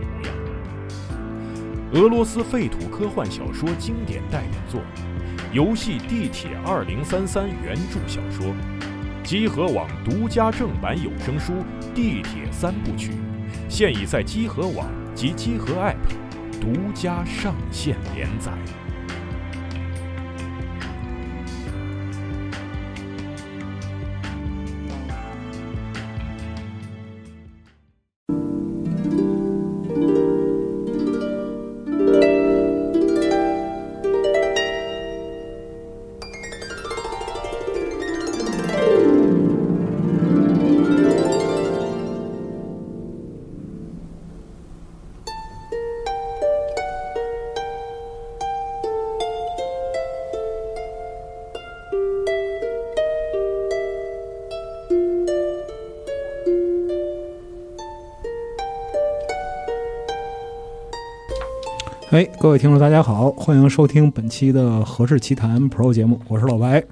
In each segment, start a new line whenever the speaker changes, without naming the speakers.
模样。俄罗斯废土科幻小说经典代表作，游戏《地铁二零三三》原著小说，集合网独家正版有声书《地铁三部曲》，现已在集合网及集合 App 独家上线连载。
哎，各位听众，大家好，欢迎收听本期的《何氏奇谈 Pro》节目，我是老白。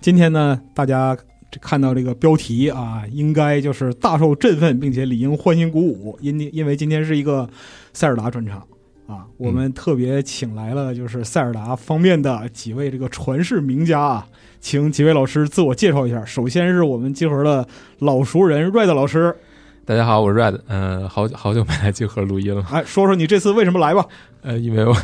今天呢，大家这看到这个标题啊，应该就是大受振奋，并且理应欢欣鼓舞，因因为今天是一个塞尔达专场啊，我们特别请来了就是塞尔达方面的几位这个传世名家啊，请几位老师自我介绍一下。首先是我们集合的老熟人 Red 老师，
大家好，我是 Red，嗯、好久好久没来集合录音了，
哎，说说你这次为什么来吧？
呃，因为我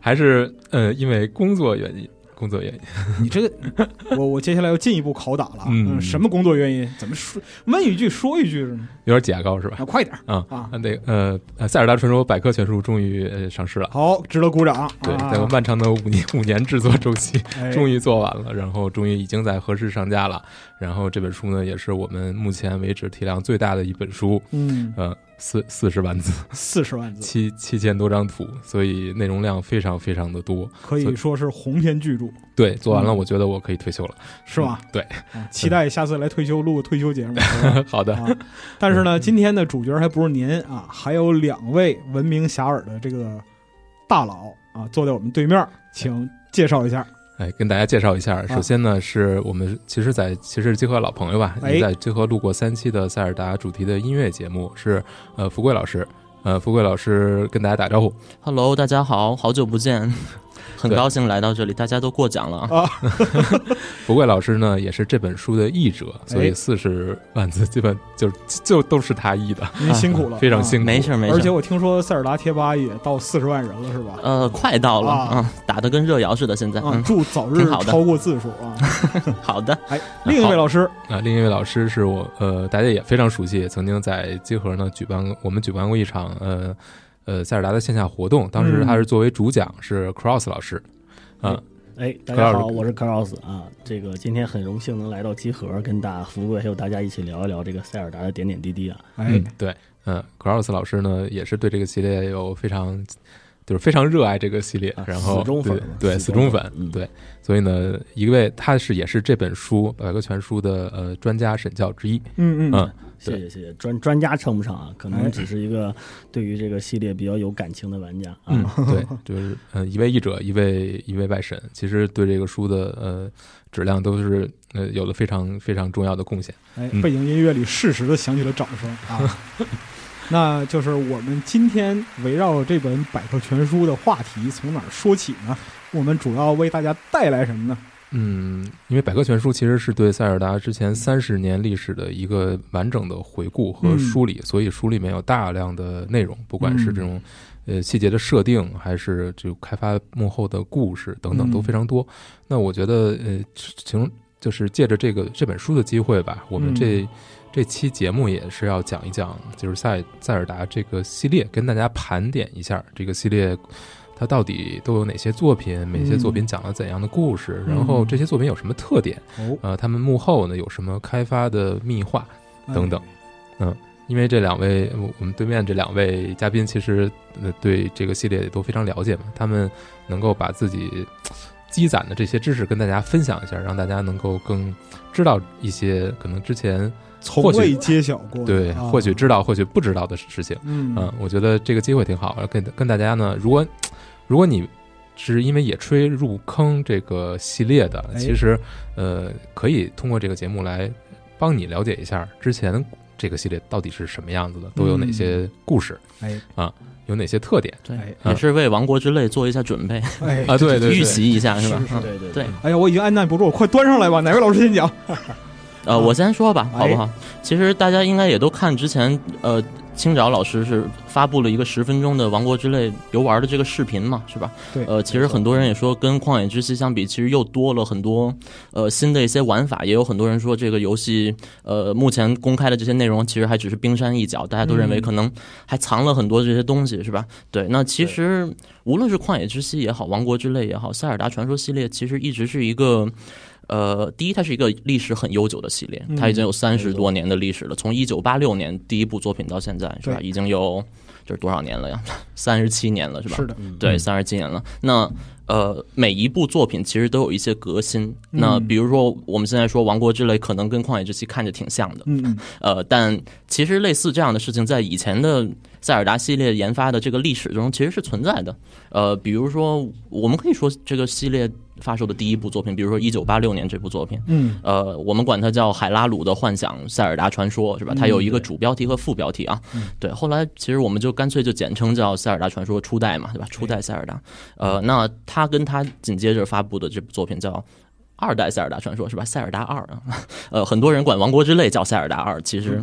还是呃因为工作原因，工作原因，
你这个， 我我接下来要进一步拷打了。啊
嗯
什么工作原因？怎么说？问一句说一句是吗？
有点假高是吧？
啊，快点儿
啊
啊！
啊，那个呃呃，塞尔达传说百科全书终于呃上市了，
好，值得鼓掌。
对，
啊
在我漫长的五年 五年制作周期，
哎
终于做完了，然后终于已经在合适上架了，然后这本书呢也是我们目前为止体量最大的一本书，
嗯，
呃，四四十万字，
四十万字
七七千多张图，所以内容量非常非常的多，
可以说是鸿篇巨著，
对，做完了，
嗯
我觉得我可以退休了，
是吧？
嗯？对，
啊期待下次来退休录个退休节目。是吧
好的，
啊，但是呢，今天的主角还不是您啊，还有两位闻名遐迩的这个大佬啊，坐在我们对面，请介绍一下。
哎，跟大家介绍一
啊
下，首先呢，是我们其实在，其实集合老朋友吧，
哎
也在集合录过三期的塞尔达主题的音乐节目，是呃富贵老师，呃富贵老师跟大家打招呼，
Hello，大家好，好久不见， 很
对
高兴来到这里，大家都过奖了啊。
富贵老师呢也是这本书的译者，所以
哎
四十万字基本就就都是他译的，
您辛苦了，
非常
啊
辛苦，
没事儿没
而
事
且
儿，
我听说塞尔达贴吧也到四十万人了，是吧？
呃，快到了
啊
啊，打得跟热窑似的，现在
啊，
嗯，
祝早日
挺好的
超过字数啊！
好的，
哎，另一位老师，
啊，另一位老师是我，呃，大家也非常熟悉，曾经在集合呢举办，我们举办过一场，呃，呃，塞尔达的线下活动，当时
嗯
他是作为主讲，是 Cross 老师，啊、
哎，大家
Carl
好，我是 Carlos 啊。这个今天很荣幸能来到集合，跟大富贵还有大家一起聊一聊这个塞尔达的点点滴滴啊。
哎，，
对，嗯，Cross 老师呢也是对这个系列有非常，就是非常热爱这个系列
啊，
然后
死忠粉
对
嘛
对，
死
死
忠
忠
粉
粉
嗯，
对，所以呢，一位他是也是这本书《百科全书》的呃专家审教之一，
嗯嗯
嗯，
谢
对
谢谢谢，专专家称不上啊，可
哎
能只是一个对于这个系列比较有感情的玩家啊。
嗯， 对，就是呃，一位译者，一位一位外审，其实对这个书的呃质量都是呃有了非常非常重要的贡献。
哎，
嗯
背景音乐里适时的响起了掌声啊！ 那就是我们今天围绕这本百科全书的话题从哪儿说起呢？我们主要为大家带来什么呢？
嗯，因为百科全书其实是对塞尔达之前三十年历史的一
嗯嗯
个完整的回顾和梳理，所以书里面有大量的内容，不管是这种、呃细节的设定，还是就开发幕后的故事等
嗯
等都非常多。那我觉得呃，行，就是借着这个这本书的机会吧，我们
嗯
这。这期节目也是要讲一讲，就是塞塞尔达这个系列，跟大家盘点一下这个系列，它到底都有哪些作品，每些作品讲了怎样的故事，然后这些作品有什么特点，
哦，
呃，他们幕后呢有什么开发的密话，
哎
等等，因为这两位，我我们对面这两位嘉宾，其实呃对这个系列也都非常了解嘛，他们能够把自己呃积攒的这些知识跟大家分享一下，让大家能够更知道一些可能之前
从
或许
未揭晓过，
对
啊
或许知道或许不知道的事情。
嗯
嗯，我觉得这个机会挺好，跟跟大家呢，如果如果你是因为野炊入坑这个系列的，
哎
其实呃，可以通过这个节目来帮你了解一下之前这个系列到底是什么样子的，都有哪些故事，啊
哎
有哪些特点
对
哎，
也是为《王国之泪》做一下准备，
哎
啊？对对对，
预习一下是吧？
是
嗯
对对
对，
哎呀，我已经按耐不住了，快端上来吧！哪位老师先讲？
呃，我先说吧，
哎
好不好？其实大家应该也都看之前，呃，青沼老师是发布了一个十分钟的《王国之泪》游玩的这个视频嘛，是吧？
对
呃，其实很多人也说，跟《旷野之息》相比，其实又多了很多呃新的一些玩法，也有很多人说这个游戏呃目前公开的这些内容其实还只是冰山一角，大家都认为
嗯
可能还藏了很多这些东西，是吧？对，那其实无论是《旷野之息》也好，《王国之泪》也好，《塞尔达传说》系列其实一直是一个。呃，第一，它是一个历史很悠久的系列
嗯，
它已经有三十多年的历史了，从一九八六年第一部作品到现在，是吧？
对
已经有这是多少年了呀？三十七年了，是吧？
的，
对，
嗯
三十七年了。那呃，每一部作品其实都有一些革新。
嗯
那比如说，我们现在说《王国之泪》可能跟《旷野之息》看着挺像的，
嗯，
呃，但其实类似这样的事情，在以前的塞尔达系列研发的这个历史中，其实是存在的。呃，比如说，我们可以说这个系列发售的第一部作品，比如说一九八六年这部作品，
嗯
呃，我们管它叫海拉鲁的幻想塞尔达传说，是吧？它有一个主标题和副标题啊。对，后来其实我们就干脆就简称叫塞尔达传说初代嘛，对吧？初代塞尔达。呃，那它跟它紧接着发布的这部作品叫。二代塞尔达传说是吧？塞尔达二啊， 呃，很多人管《王国之泪》叫塞尔达二，其实，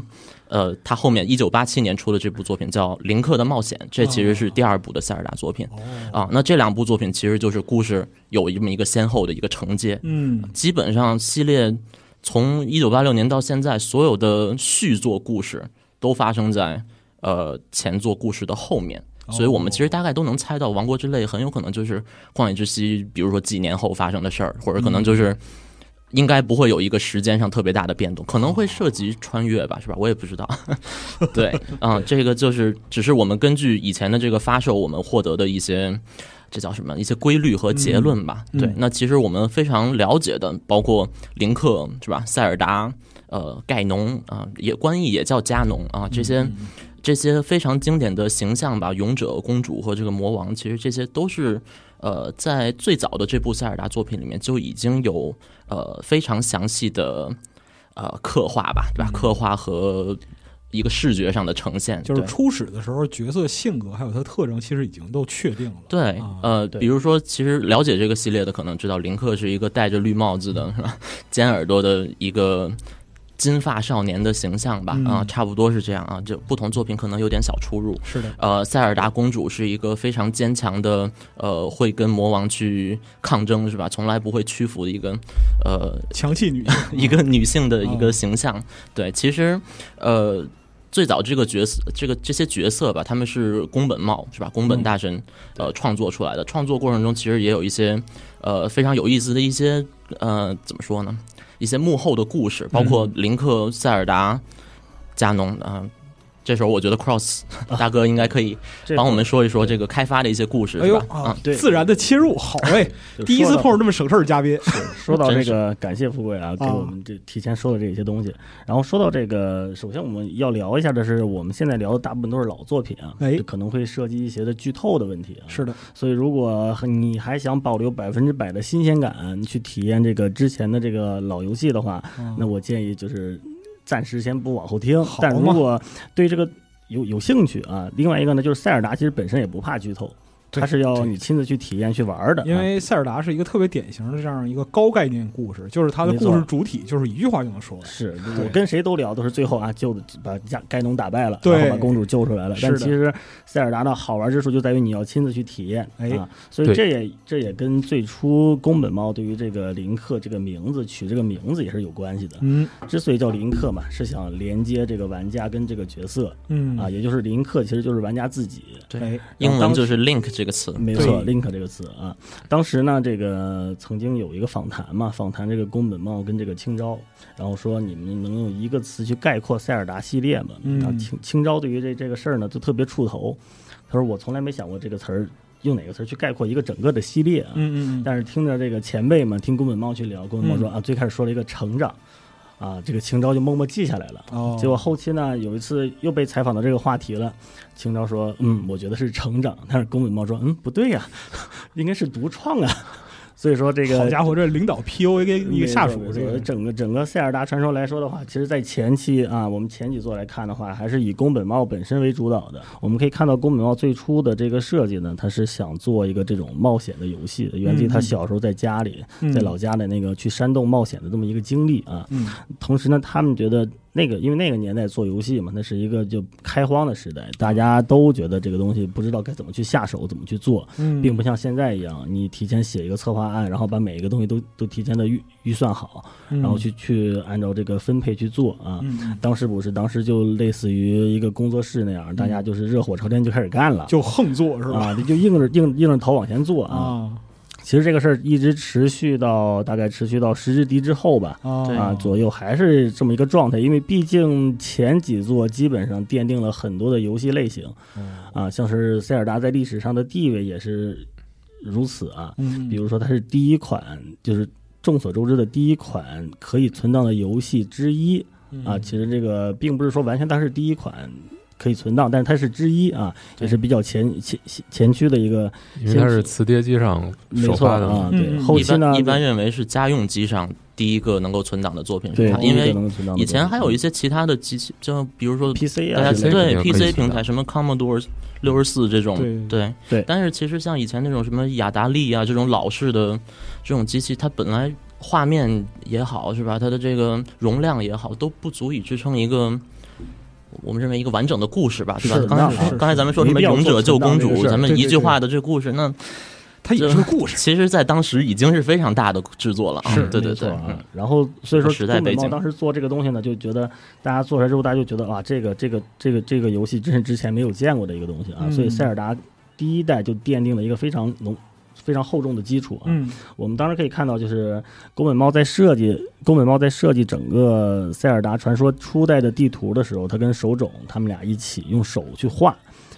呃，它后面一九八七年出的这部作品叫《林克的冒险》，这其实是第二部的塞尔达作品啊。那这两部作品其实就是故事有这么一个先后的一个承接，
嗯
基本上系列从一九八六年到现在，所有的续作故事都发生在呃前作故事的后面，
哦
所以我们其实大概都能猜到，《王国之泪》很有可能就是《旷野之息》，比如说几年后发生的事儿，或者可能就是。应该不会有一个时间上特别大的变动，可能会涉及穿越吧，是吧？我也不知道。对，啊、这个就是只是我们根据以前的这个发售，我们获得的一些这叫什么一些规律和结论吧。
嗯
对
嗯，
那其实我们非常了解的，包括林克是吧，塞尔达。呃，盖农啊、也官译也叫加农啊，这些、这些非常经典的形象吧，勇者、公主和这个魔王，其实这些都是呃，在最早的这部塞尔达作品里面就已经有呃非常详细的呃刻画吧，对吧？刻画和一个视觉上的呈现，
就是
对
初始的时候，角色性格还有他的特征，其实已经都确定了。
对
啊，
呃，
对
比如说，其实了解这个系列的可能知道，林克是一个戴着绿帽子
嗯
的，是吧？尖耳朵的一个金发少年的形象吧，
嗯
啊，差不多是这样啊。就不同作品可能有点小出入。
是的，
呃，塞尔达公主是一个非常坚强的，呃，会跟魔王去抗争，是吧？从来不会屈服的一个，呃，
强气女性
一个女性的一
哦
个形象。对，其实呃，最早这个角色，这个这些角色吧，他们是宫本茂是吧？宫
嗯
本大神、呃创作出来的。创作过程中，其实也有一些呃非常有意思的一些呃怎么说呢？一些幕后的故事，包括
嗯
林克、塞尔达、加农啊。这时候我觉得 Cross 大哥应该可以
这
帮我们说一说这个开发的一些故事，
哎
是
呦
吧？
啊
啊，，
对
自然的切入，好哎，
就
第一次
说到
碰上这么省事儿的嘉宾，
说到这
真
个，感谢富贵啊，给我们这提前说的这些东西。然后说到这个，首先我们要聊一下的是，我们现在聊的大部分都是老作品啊，
哎
就可能会涉及一些的剧透的问题啊。
是的，
所以如果你还想保留百分之百的新鲜感，去体验这个之前的这个老游戏的话，
嗯
那我建议就是暂时先不往后听
好。
但如
嘛
果对这个有有兴趣啊，另外一个呢，就是塞尔达其实本身也不怕剧透。
对
它是要
对
你亲自去体验去玩儿的。啊
因为塞尔达是一个特别典型的这样一个高概念故事，就是它的
没错
故事主体就是一句话就能说完。
是
对
我跟谁都聊，都是最后啊救的把亚盖农打败了，
对
然后把公主救出来了。
是
但
的
其实塞尔达的好玩之处就在于你要亲自去体验，
哎
啊，所以
对
这也这也跟最初宫本茂对于这个林克这个名字取这个名字也是有关系的。
嗯
之所以叫林克嘛，是想连接这个玩家跟这个角色
嗯
啊，，也就是林克其实就是玩家自己。
哎，
英文就是 link 这个词，
没错
对
，link 这个词啊，当时呢，这个曾经有一个访谈嘛，访谈这个宫本茂跟这个青招，然后说你们能用一个词去概括塞尔达系列吗？
嗯
然后青青招对于这这个事儿呢，就特别触头。他说我从来没想过这个词儿用哪个词儿去概括一个整个的系列啊。
嗯嗯嗯，
但是听着这个前辈们听宫本茂去聊，宫本茂说、
嗯
啊，最开始说了一个成长，啊，这个青招就默默记下来了。
哦，
结果后期呢，有一次又被采访到这个话题了，秦昭说：“嗯，我觉得是成长。”但是宫本茂说：“嗯，不对呀、 应该是独创啊。” 所以说这
好
个嗯
家伙，这领导 PUA 跟一个下属，这
这个
个
整个整个塞尔达传说来说的话，其实，在前期啊，我们前几座来看的话，还是以宫本茂本身为主导的。我们可以看到宫本茂最初的这个设计呢，他是想做一个这种冒险的游戏，源自于他
嗯
小时候在家里，
嗯
在老家的那个去山洞冒险的这么一个经历啊。
嗯
同时呢，他们觉得那个，因为那个年代做游戏嘛，那是一个就开荒的时代，大家都觉得这个东西不知道该怎么去下手，怎么去做，
嗯，
并不像现在一样，你提前写一个策划案，然后把每一个东西都都提前的预预算好，
嗯，
然
然
后去去按照这个分配去做啊。
嗯，嗯
当时不是，当时就类似于一个工作室那样，大家就是热火朝天就开始干了，
就横做是吧？
啊，就硬着硬硬着头往前做啊。
啊
其实这个事儿一直持续到大概持续到十之敌之后吧，
对
啊，左右还是这么一个状态，因为毕竟前几座基本上奠定了很多的游戏类型，
嗯
啊，像是塞尔达在历史上的地位也是如此啊。
嗯，
比如说，它是第一款，就是众所周知的第一款可以存档的游戏之一啊。
嗯
其实这个并不是说完全它是第一款可以存档，但是它是之一啊，也是比较前前前前驱的一个，
因为它是磁碟机上
没
首
错
发的
啊
嘛。。
嗯
对，
嗯
后
一
期
般
呢，
一般认为是家用机上第一个能够存档的作品是
对
它，
第一
因
个
为
能存档的
以前还有一些其他的机器，就比如说
PC
大家
啊之
对
类的，
这个可以
PC 平台什么 Commodore 六十四这种，
对
对
对
但是其实像以前那种什么雅达利啊这种老式的这种机器，它本来画面也好是吧，它的这个容量也好，都不足以支撑一个。我们认为一个完整的故事吧，
是
吧？
的
刚
是
才
的
刚才咱们说什么
没必要
勇者
做
救
存档
公
这个
主，
事儿
咱们
对
一
对
句
对
话的这个故事，那
它也是个故事，
其实，在当时已经是非常大的制作了啊。
是
对
没
对
错
对，
啊
嗯
然后所以说
时代
宫本
背景
茂当时做这个东西呢，就觉得大家做出来之后，大家就觉得啊，这个这个这个这个游戏真是之前没有见过的一个东西啊，
嗯
所以塞尔达第一代就奠定了一个非常浓。非常厚重的基础啊！
嗯
我们当时可以看到，就是宫本茂在设计宫本茂在设计整个塞尔达传说初代的地图的时候，他跟手冢他们俩一起用手去画，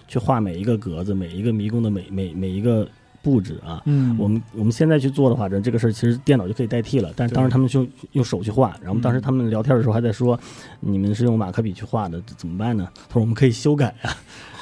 去画每一个格子、每一个迷宫的每每每一个布置啊。
嗯，
我们我们现在去做的话，这这个事儿其实电脑就可以代替了。但是
对
当时他们就用手去画，然后当时
嗯
他们聊天的时候还在说，你们是用马克笔去画的，这怎么办呢？他说我们可以修改 啊。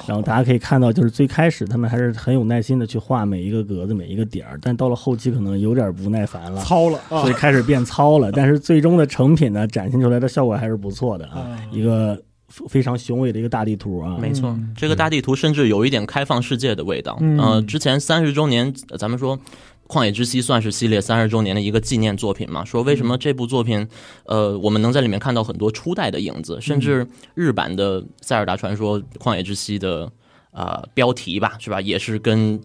然后大家可以看到，就是最开始他们还是很有耐心的去画每一个格子、每一个点儿，但到了后期可能有点不耐烦了，
糙了啊
所以开始变 糙了。但是最终的成品呢，展现出来的效果还是不错的啊，
啊，
一个非非常雄伟的一个大地图啊。
没错
嗯，
这个大地图甚至有一点开放世界的味道。
嗯
呃，之前三十周年，呃咱们说《旷野之息》算是系列三十周年的一个纪念作品嘛，说为什么这部作品，呃，我们能在里面看到很多初代的影子，甚至日版的《塞尔达传说：旷野之息》的呃标题吧，是吧，也是跟。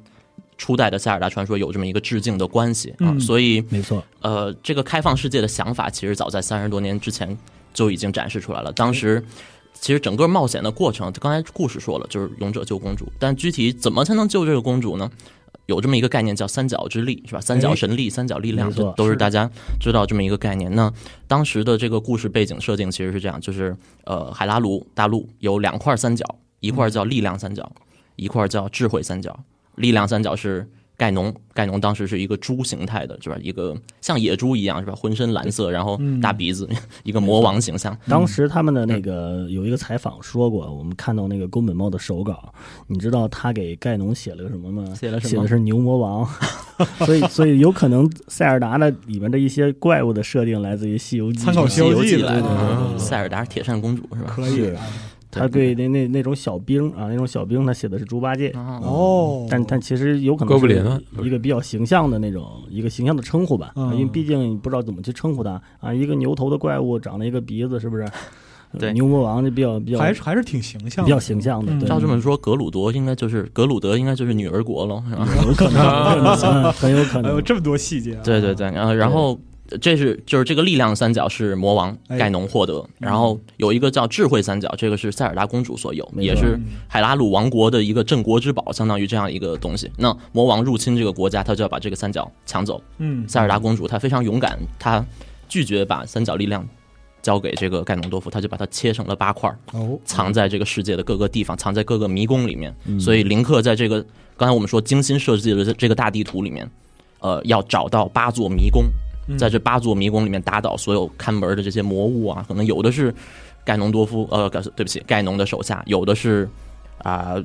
初代的《塞尔达传说》有这么一个致敬的关系啊，
嗯
所以
没错，
呃，这个开放世界的想法，其实早在三十多年之前就已经展示出来了。当时，其实整个冒险的过程，刚才故事说了，就是勇者救公主，但具体怎么才能救这个公主呢？有这么一个概念叫三角之力，是吧？三角神力、三角力量，
没错
这都是
是
大家知道这么一个概念。那当时的这个故事背景设定其实是这样，就是呃，海拉鲁大陆有两块三角，一
嗯
块叫力量三角，一块叫智慧三角。力量三角是盖农，盖农当时是一个猪形态的，是吧？一个像野猪一样，是吧？浑身蓝色，然后大鼻子，
嗯
一个魔王形象。
当时他们的那个有一个采访说过，我们看到那个宫本茂的手稿，你知道他给盖农写了个什么吗？
写了什么
写的是牛魔王， 所以所以有可能塞尔达的里面的一些怪物的设定来自于《西游记》
参考
啊
西游记
西游记
的
来的
啊
塞尔达是铁扇公主，是吧？
可以
是，啊他对那那那种小兵啊，那种小兵，他写的是猪八戒，
啊，
哦，
但但其实有可
哥
能
布林啊
是一个比较形象的那种一个形象的称呼吧，
嗯
啊因为毕竟你不知道怎么去称呼它啊。一个牛头的怪物长了一个鼻子，是不是？
对
牛魔王就比较比较
还是还是挺形象的，
比较形象的
嗯。
对
照这么说，格鲁多应该就是格鲁德应该就是女儿国
嗯
了，是吧？
有可能，很有可
哎呦，
能。
这么多细节、啊，
对对对，然呃后然后这是就是这个力量三角是魔王
哎
盖农获得，然后有一个叫智慧三角，这个是塞尔达公主所有，
没错
也是
嗯
海拉鲁王国的一个镇国之宝，相当于这样一个东西。那魔王入侵这个国家，他就要把这个三角抢走。
嗯，
塞尔达公主她非常勇敢，她拒绝把三角力量。交给这个盖农多夫，她就把它切成了八块儿，
哦，
藏在这个世界的各个地方，藏在各个迷宫里面。
嗯
所以林克在这个刚才我们说精心设计的这这个大地图里面，呃，要找到八座迷宫，
嗯
在这八座迷宫里面打倒所有看门的这些魔物啊，可能有的是盖农多夫，呃，盖对不起，盖农的手下，有的是啊、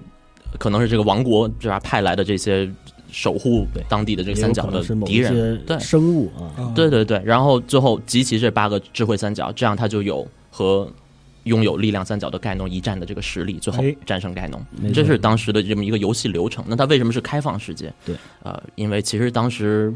可能是这个王国对吧派来的这些守护当地的这
也
个
有
三角
可
的
能是某
敌
一
人，啊
些
对
生物啊，
啊
对，对对，然后最后集齐这八个智慧三角，这样他就有和拥有力量三角的盖农一战的这个实力，最后
哎
战胜盖农。
没错
这是当时的这么一个游戏流程。那它为什么是开放世界？
对，
呃，因为其实当时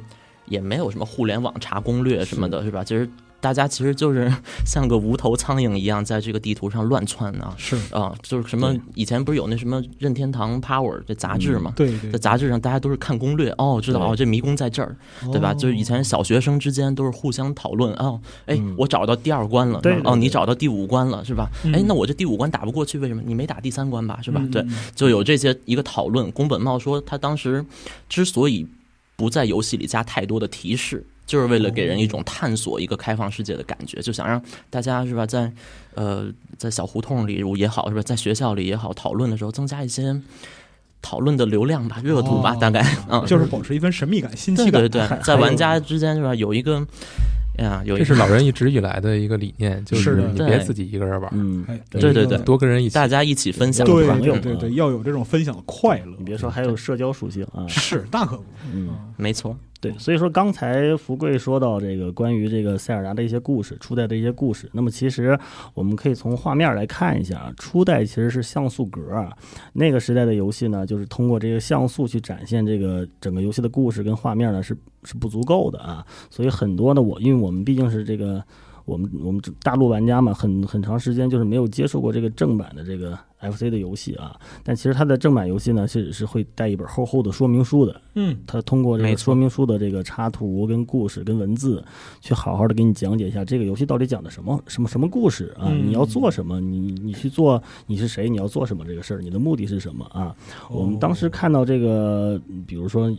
也没有什么互联网查攻略什么的，是吧？其实大家其实就是像个无头苍蝇一样，在这个地图上乱窜啊。
是，
啊、就是什么
对
以前不是有那什么任天堂 Power 这杂志嘛，
对对
在，杂志上大家都是看攻略，哦，知道
对
哦，这迷宫在这儿，对吧？就是以前小学生之间都是互相讨论啊，哎、
嗯
我找到第二关了，
对对
哦，你
对
找到第五关了，是吧？
嗯
哎、那我这第五关打不过去，为什么？你没打第三关吧，是吧？
嗯
对，就有这些一个讨论。宫本茂说，他当时之所以不在游戏里加太多的提示，就是为了给人一种探索一个开放世界的感觉，就想让大家是吧，在呃在小胡同里也好，是吧，在学校里也好，讨论的时候增加一些讨论的流量吧、热度吧，
哦
大概嗯，
就是保持一份神秘感、新奇
对
感，
对对，在玩
哎
家之间是吧，有一个哎呀，有一
这
个
是老人一直以来的一个理念，就是是
的
你别
对
自己一个人玩，
嗯，
哎，
对
对对
这
对
个
多跟人一起。
大家一起分享嗯
对
朋友
对
嘛
对对，要有这种分享的快乐
你，别说还有社交属性啊，
是那可不，
嗯。
没错，
对，所以说刚才福贵说到这个关于这个塞尔达的一些故事，初代的一些故事。那么其实我们可以从画面来看一下啊，初代其实是像素格啊，那个时代的游戏呢，就是通过这个像素去展现这个整个游戏的故事跟画面呢是是不足够的啊。所以很多呢，我因为我们毕竟是这个我们我们大陆玩家嘛，很很长时间就是没有接触过这个正版的这个 FC 的游戏啊。但其实它的正版游戏呢是是会带一本厚厚的说明书的，
嗯，
他通过这
没
个
错
说明书的这个插图、跟故事、跟文字，去好好的给你讲解一下这个游戏到底讲的什么什么什么故事啊？
嗯
你要做什么？你你去做你是谁？你要做什么这个事儿？你的目的是什么啊？
哦
我们当时看到这个，嗯比如说。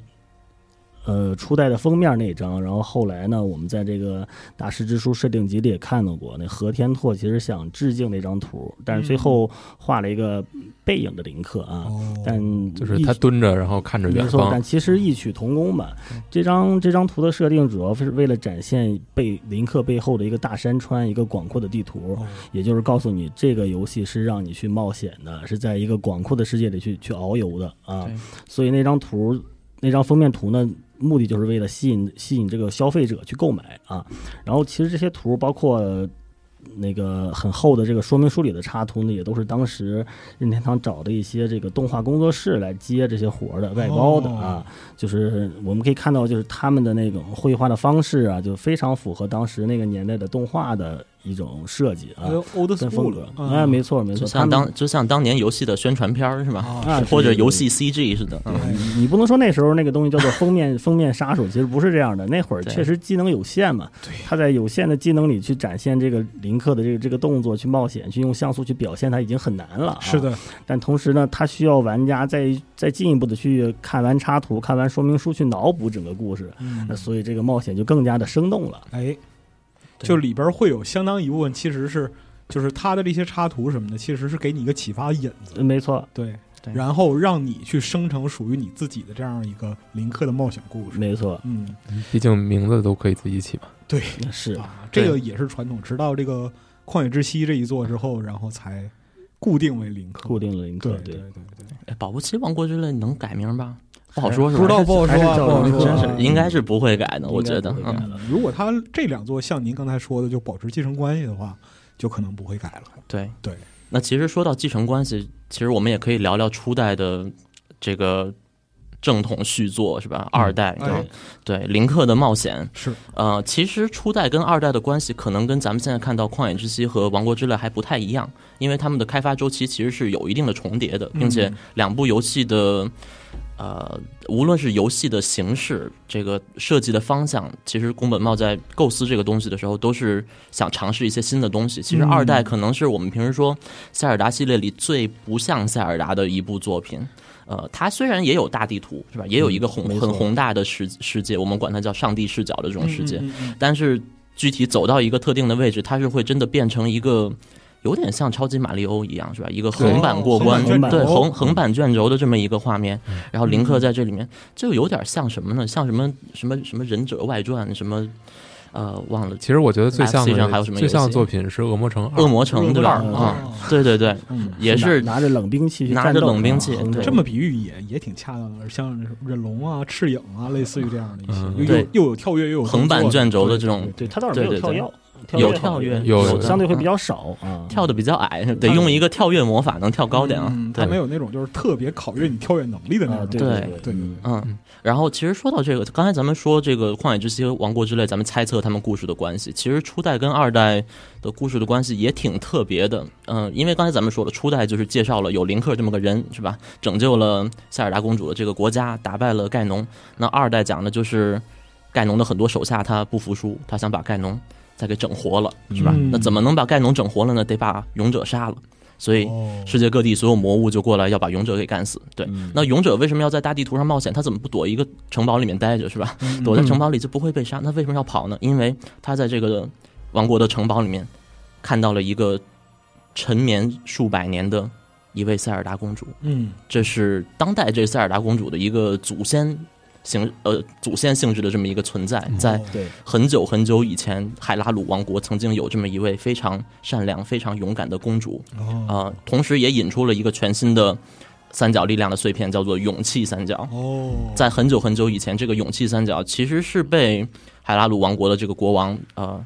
呃，初代的封面那一张，然后后来呢，我们在这个《大师之书》设定集里也看到过，那和田拓其实想致敬那张图，但是最
嗯
后画了一个背影的林克啊，
哦，
但
就是
一
他蹲着，然后看着远
没错，
方嗯
但，其实异曲同工吧。这张这张图的设定主要是为了展现背林克背后的一个大山川，一个广阔的地图，
哦
也就是告诉你这个游戏是让你去冒险的，是在一个广阔的世界里去去遨游的啊
对。
所以那张图，那张封面图呢，目的就是为了吸引吸引这个消费者去购买啊。然后其实这些图包括。呃那个很厚的这个说明书里的插图呢，也都是当时任天堂找的一些这个动画工作室来接这些活儿的外包的啊。就是我们可以看到，就是他们的那种绘画的方式啊，就非常符合当时那个年代的动画的一种设计啊
还有哎 old
跟风
school
格
了。嗯啊
哎，没错没
就
错，他
像
们
当就像当年游戏的宣传片儿是吧？
啊，
啊
或者
是
游戏 CG 似的，嗯，
你你不能说那时候那个东西叫做封 面封面杀手，其实不是这样的。那会儿
对
确实技能有限嘛，他在有限的技能里去展现这个林克的这个这个动作，去冒险，去用像素去表现，它已经很难了、啊。
是，的，
但同时呢，它需要玩家再再进一步的去看完插图、看完说明书，去脑补整个故事。
嗯
那所以这个冒险就更加的生动了。
哎，
对
就里边会有相当一部分其实是。就是他的这些插图什么的，其实是给你一个启发引子，
嗯
没错，
对，
对
然后让你去生成属于你自己的这样一个林克的冒险故事。
没错，
嗯，
毕竟名字都可以自己起嘛。
对
是
啊，
对
这个也是传统，直到这个《旷野之息》这一作之后，然后才固定为林克。
固定了林克
对，
对
对。对对，
哎保不齐王国之泪能改名吧？不好说，是吧？
不知道不好说啊不好说啊
真
嗯
是应该是不会改的，
应该
我觉得
不会，改
嗯，
了
如果他这两座像您刚才说的就保持继承关系的话，就可能不会改了。
对
对。
那其实说到继承关系，其实我们也可以聊聊初代的这个正统续作是吧？二代对、
哎
对，林克的冒险
是
呃，其实初代跟二代的关系可能跟咱们现在看到《旷野之息》和《王国之泪》还不太一样，因为他们的开发周期其实是有一定的重叠的，并
嗯
且两部游戏的。呃，无论是游戏的形式，这个设计的方向，其实宫本茂在构思这个东西的时候，都是想尝试一些新的东西。
嗯
其实二代可能是我们平时说塞尔达系列里最不像塞尔达的一部作品。呃，它虽然也有大地图，是吧？也有一个宏、
嗯没错
很宏大的世世界，我们管它叫上帝视角的这种世界，
嗯嗯
但是具体走到一个特定的位置，它是会真的变成一个。有点像超级马里欧一样，是吧？一个横版过关，
对横版嗯
对
卷轴
横横版卷轴的这么一个画面，然后林克在这里面，就有点像什么呢？像什么什么什么忍者外传，什么呃忘了，
其实我觉得最像
FC 上还有什
的
么
最像
游
的
戏
作品是《恶魔城二》，
恶魔城对吧？
恶魔城
啊、
哦
对对对，
嗯
也是
拿拿着冷兵器去
拿
战
着
斗
冷兵
啊
器
横着
对
这么比喻也也挺恰当的，像忍龙啊、赤影啊，类似于这样的一些，
嗯
又
对
又又有跳跃，又有
横版
动作
卷轴
对
的这种
对他倒是没
对对
有跳
对有跳跃，
跃，好像
有
有的
相对会比
嗯
较少啊，
跳的比较矮，得用一个跳跃魔法能跳高点啊。
嗯它
对
没有那种就是特别考验你跳跃能力的那
啊
种，
对
对
对
对对，
嗯，然后其实说到这个，刚才咱们说这个《旷野之息》《王国之泪》，咱们猜测他们故事的关系。其实初代跟二代的故事的关系也挺特别的。嗯，因为刚才咱们说了，初代就是介绍了有林克这么个人，是吧？拯救了塞尔达公主的这个国家，打败了盖农。那二代讲的就是盖农的很多手下他不服输，他想把盖农再给整活了，是吧？
嗯
那怎么能把盖农整活了呢？得把勇者杀了。所以
哦
世界各地所有魔物就过来要把勇者给干死。对，
嗯
那勇者为什么要在大地图上冒险？他怎么不躲一个城堡里面待着是吧？嗯躲在城堡里就不会被杀。那为什么要跑呢？因为他在这个王国的城堡里面看到了一个沉眠数百年的一位塞尔达公主，
嗯，
这是当代这塞尔达公主的一个祖先形呃祖先性质的这么一个存在，在
哦
对，
很久很久以前，海拉鲁王国曾经有这么一位非常善良、非常勇敢的公主，
哦
啊，同时也引出了一个全新的三角力量的碎片，叫做勇气三角。
哦，
在很久很久以前，这个勇气三角其实是被海拉鲁王国的这个国王呃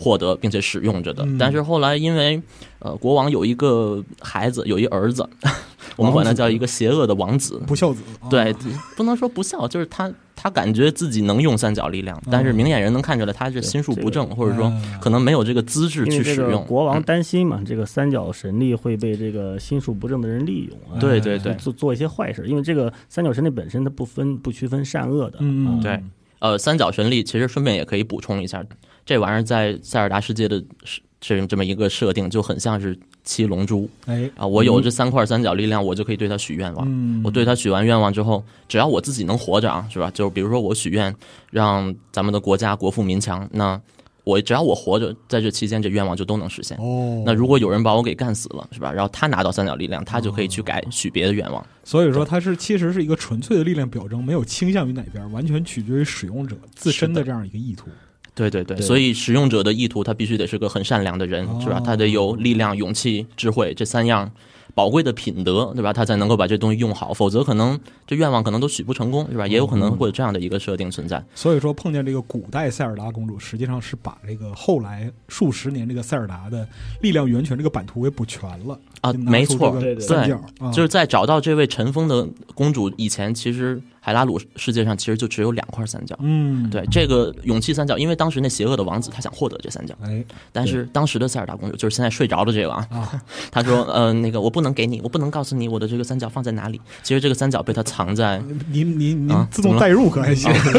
获得并且使用着的
嗯。
但是后来因为呃国王有一个孩子，有一儿子， 我们管他叫一个邪恶的王子。
不孝子，啊
对，不能说不孝，就是他他感觉自己能用三角力量，但是明眼人能看出来他是心术不
哦
正，或者说
嗯
可能没有这个资质
因
去
为这
使
个
用。
国王
嗯
担心嘛，这个三角神力会被这个心术不正的人利用啊，
对对对，
做做一些坏事，因为这个三角神力本身它不分不区分善恶的，
嗯，
啊，
对，呃，三角神力其实顺便也可以补充一下，这玩意儿在塞尔达世界的是这这么一个设定，就很像是七龙珠
哎，
啊。我有这三块三角力量，我就可以对它许愿望。
嗯，
我对它许完愿望之后，只要我自己能活着啊，是吧？就是比如说我许愿让咱们的国家国富民强，那我只要我活着，在这期间这愿望就都能实现。
哦，
那如果有人把我给干死了，是吧？然后他拿到三角力量，他就可以去改许别的愿望。
所以说它是其实是一个纯粹的力量表征，没有倾向于哪边，完全取决于使用者自身的这样一个意图。
对对对，
对
所以使用者的意图，他必须得是个很善良的人，
哦
是吧？他得有力量、勇气、智慧这三样宝贵的品德，对吧？他才能够把这东西用好，否则可能这愿望可能都许不成功，是
嗯
吧？也有可能会有这样的一个设定存在。
所以说，碰见这个古代塞尔达公主，实际上是把这个后来数十年这个塞尔达的力量源泉这个版图给补全了
啊
就拿
没
出
错
这个
对对
三
对
角啊
就是在找到这位尘封的公主以前，其实海拉鲁世界上其实就只有两块三角。
嗯，
对这个勇气三角，因为当时那邪恶的王子他想获得这三角，
哎
但是当时的塞尔达公主就是现在睡着的这个啊，
啊，
她说，呃，那个我不能给你，我不能告诉你我的这个三角放在哪里。其实这个三角被她藏在
您您您
啊
自动代入可还行？啊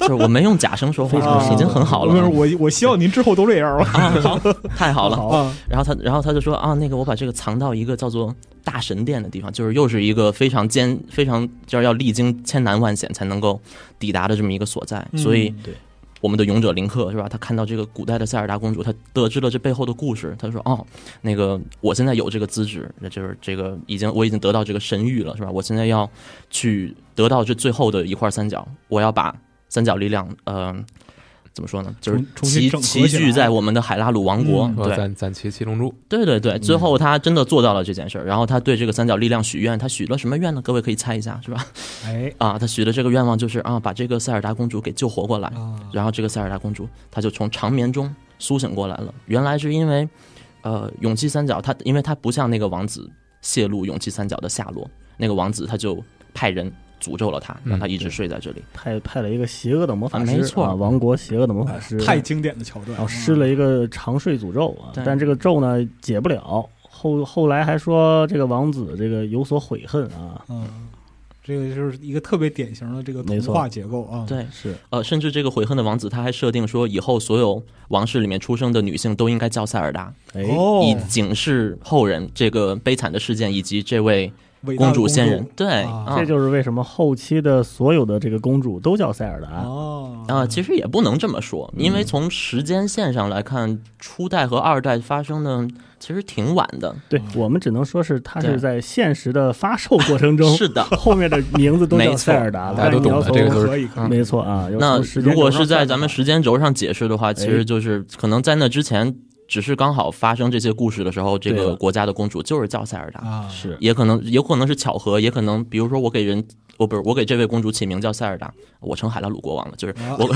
就是我没用假声说
非
啊
常
话，已经很好
不是
了。
我我希望您之后都这样吧。
啊，好，太好了。
好，
然后他，然后他就说啊，那个我把这个藏到一个叫做大神殿的地方，就是又是一个非常艰、非常就是要历经千难万险才能够抵达的这么一个所在。所以
嗯
我们的勇者林克是吧？他看到这个古代的塞尔达公主，他得知了这背后的故事，他说哦，那个我现在有这个资质，那就是这个已经我已经得到这个神谕了是吧？我现在要去得到这最后的一块三角，我要把三角力量，呃。怎么说呢？就是
重重新
齐
整合起
齐聚
来
在我们的海拉鲁王国，
嗯
我
对，
攒攒齐七龙珠，
对对对，最后他真的做到了这件事儿，
嗯
然后他对这个三角力量许愿，他许了什么愿呢？各位可以猜一下，是吧？
哎
啊，他许的这个愿望就是啊，把这个塞尔达公主给救活过来，
啊，
然后这个塞尔达公主她就从长眠中苏醒过来了。原来是因为呃，勇气三角它因为它不像那个王子泄露勇气三角的下落，那个王子他就派人诅咒了他，让他一直睡在这里。
派派了一个邪恶的魔法
啊
师，
没错
啊王国邪恶的魔 法师，
太经典的桥段
然后，
哦
施了一个长睡诅咒啊
对，
但这个咒呢解不了。后后来还说这个王子这个有所悔恨啊，
嗯，这个就是一个特别典型的这个童
没错
话结构啊，
对，
是
呃，甚至这个悔恨的王子他还设定说，以后所有王室里面出生的女性都应该叫塞尔达，
哎，
哦，
以警示后人这个悲惨的事件以及这位
伟大的
公主仙人。对，
啊
啊
这就是为什么后期的所有的这个公主都叫塞尔达，
哦
啊、其实也不能这么说，
嗯
因为从时间线上来看，初代和二代发生的其实挺晚的。
对我们只能说是它是
对
在现实的发售过程中，
是的，
后面的名字都
没
叫
错
塞尔
啊
达了，
大家都
但你要
懂的这个
从
都是
可以可以
没错啊。要
那
从时间
如果
轴上
是在
算
咱们
的
时间轴上解释的
哎
话，其实就是可能在那之前，只是刚好发生这些故事的时候，这
对
个
了
国家的公主就是叫塞尔达，
啊
话是
也可能有可能是巧合，也可能比如说我给人。我不是我给这位公主起名叫塞尔达，我成海拉鲁国王了。就是
啊
我、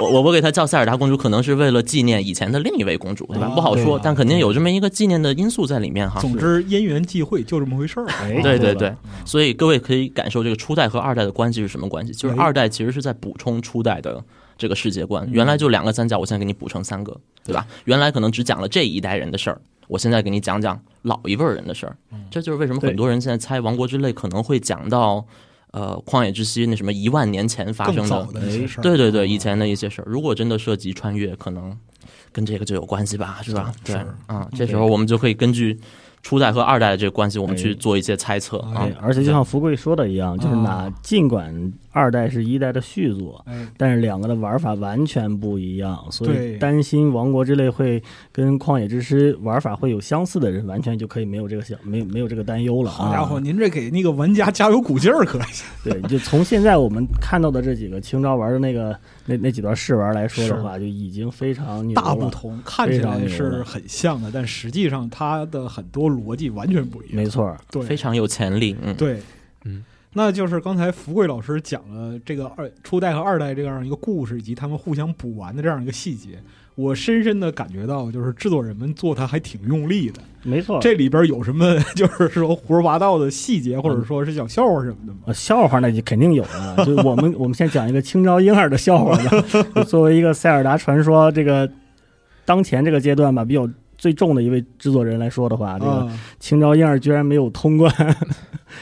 我我我给她叫塞尔达公主，可能是为了纪念以前的另一位公主，对吧？
啊
不好
对
说
啊，
但肯定有这么一个纪念的因素在里面哈。
总之因缘际会就这么回事儿，啊
哎
对对
了
对，所以各位可以感受这个初代和二代的关系是什么关系？就是
哎
二代其实是在补充初代的这个世界观，原来就两个三角，我现在给你补成三个，对吧？原来可能只讲了这一代人的事儿，我现在给你讲讲老一辈儿人的事儿。这就是为什么很多人现在猜《王国之泪》可能会讲到，呃，《旷野之息》那什么一万年前发
更
生
早
的，
的一些事儿，
对对对，以前的一些事儿。如果真的涉及穿越，可能跟这个就有关系吧，是吧？对，啊，这时候我们就可以根据。初代和二代的这个关系，我们去做一些猜测
哎
啊
对，。哎而且就像福贵说的一样，就是哪尽管二代是一代的续作，
哎，
但是两个的玩法完全不一样，所
对
以担心《王国之泪》会跟《旷野之诗》玩法会有相似的人，完全就可以没有这个想没有没有这个担忧了啊！
好家伙，，您这给那个玩家加油鼓劲儿，可以
对，就从现在我们看到的这几个青招玩的那个那那几段试玩来说的话，就已经非常牛了
大不。同，看起来
非常牛
是
了
很像的，但实际上它的很多逻辑完全不一
没
样，
错，
对，
非常有潜力，嗯，
对，
嗯，
那就是刚才福贵老师讲了这个二初代和二代这样一个故事，以及他们互相补完的这样一个细节。我深深的感觉到，就是制作人们做它还挺用力的。
没错。
这里边有什么就是说胡说八道的细节，或者说是小笑话什么的吗？
呃，笑话那就肯定有了。就我们我们先讲一个青招婴儿的笑话吧。 就作为一个塞尔达传说这个当前这个阶段吧，比较最重的一位制作人来说的话，这个
啊，
青招婴儿居然没有通关，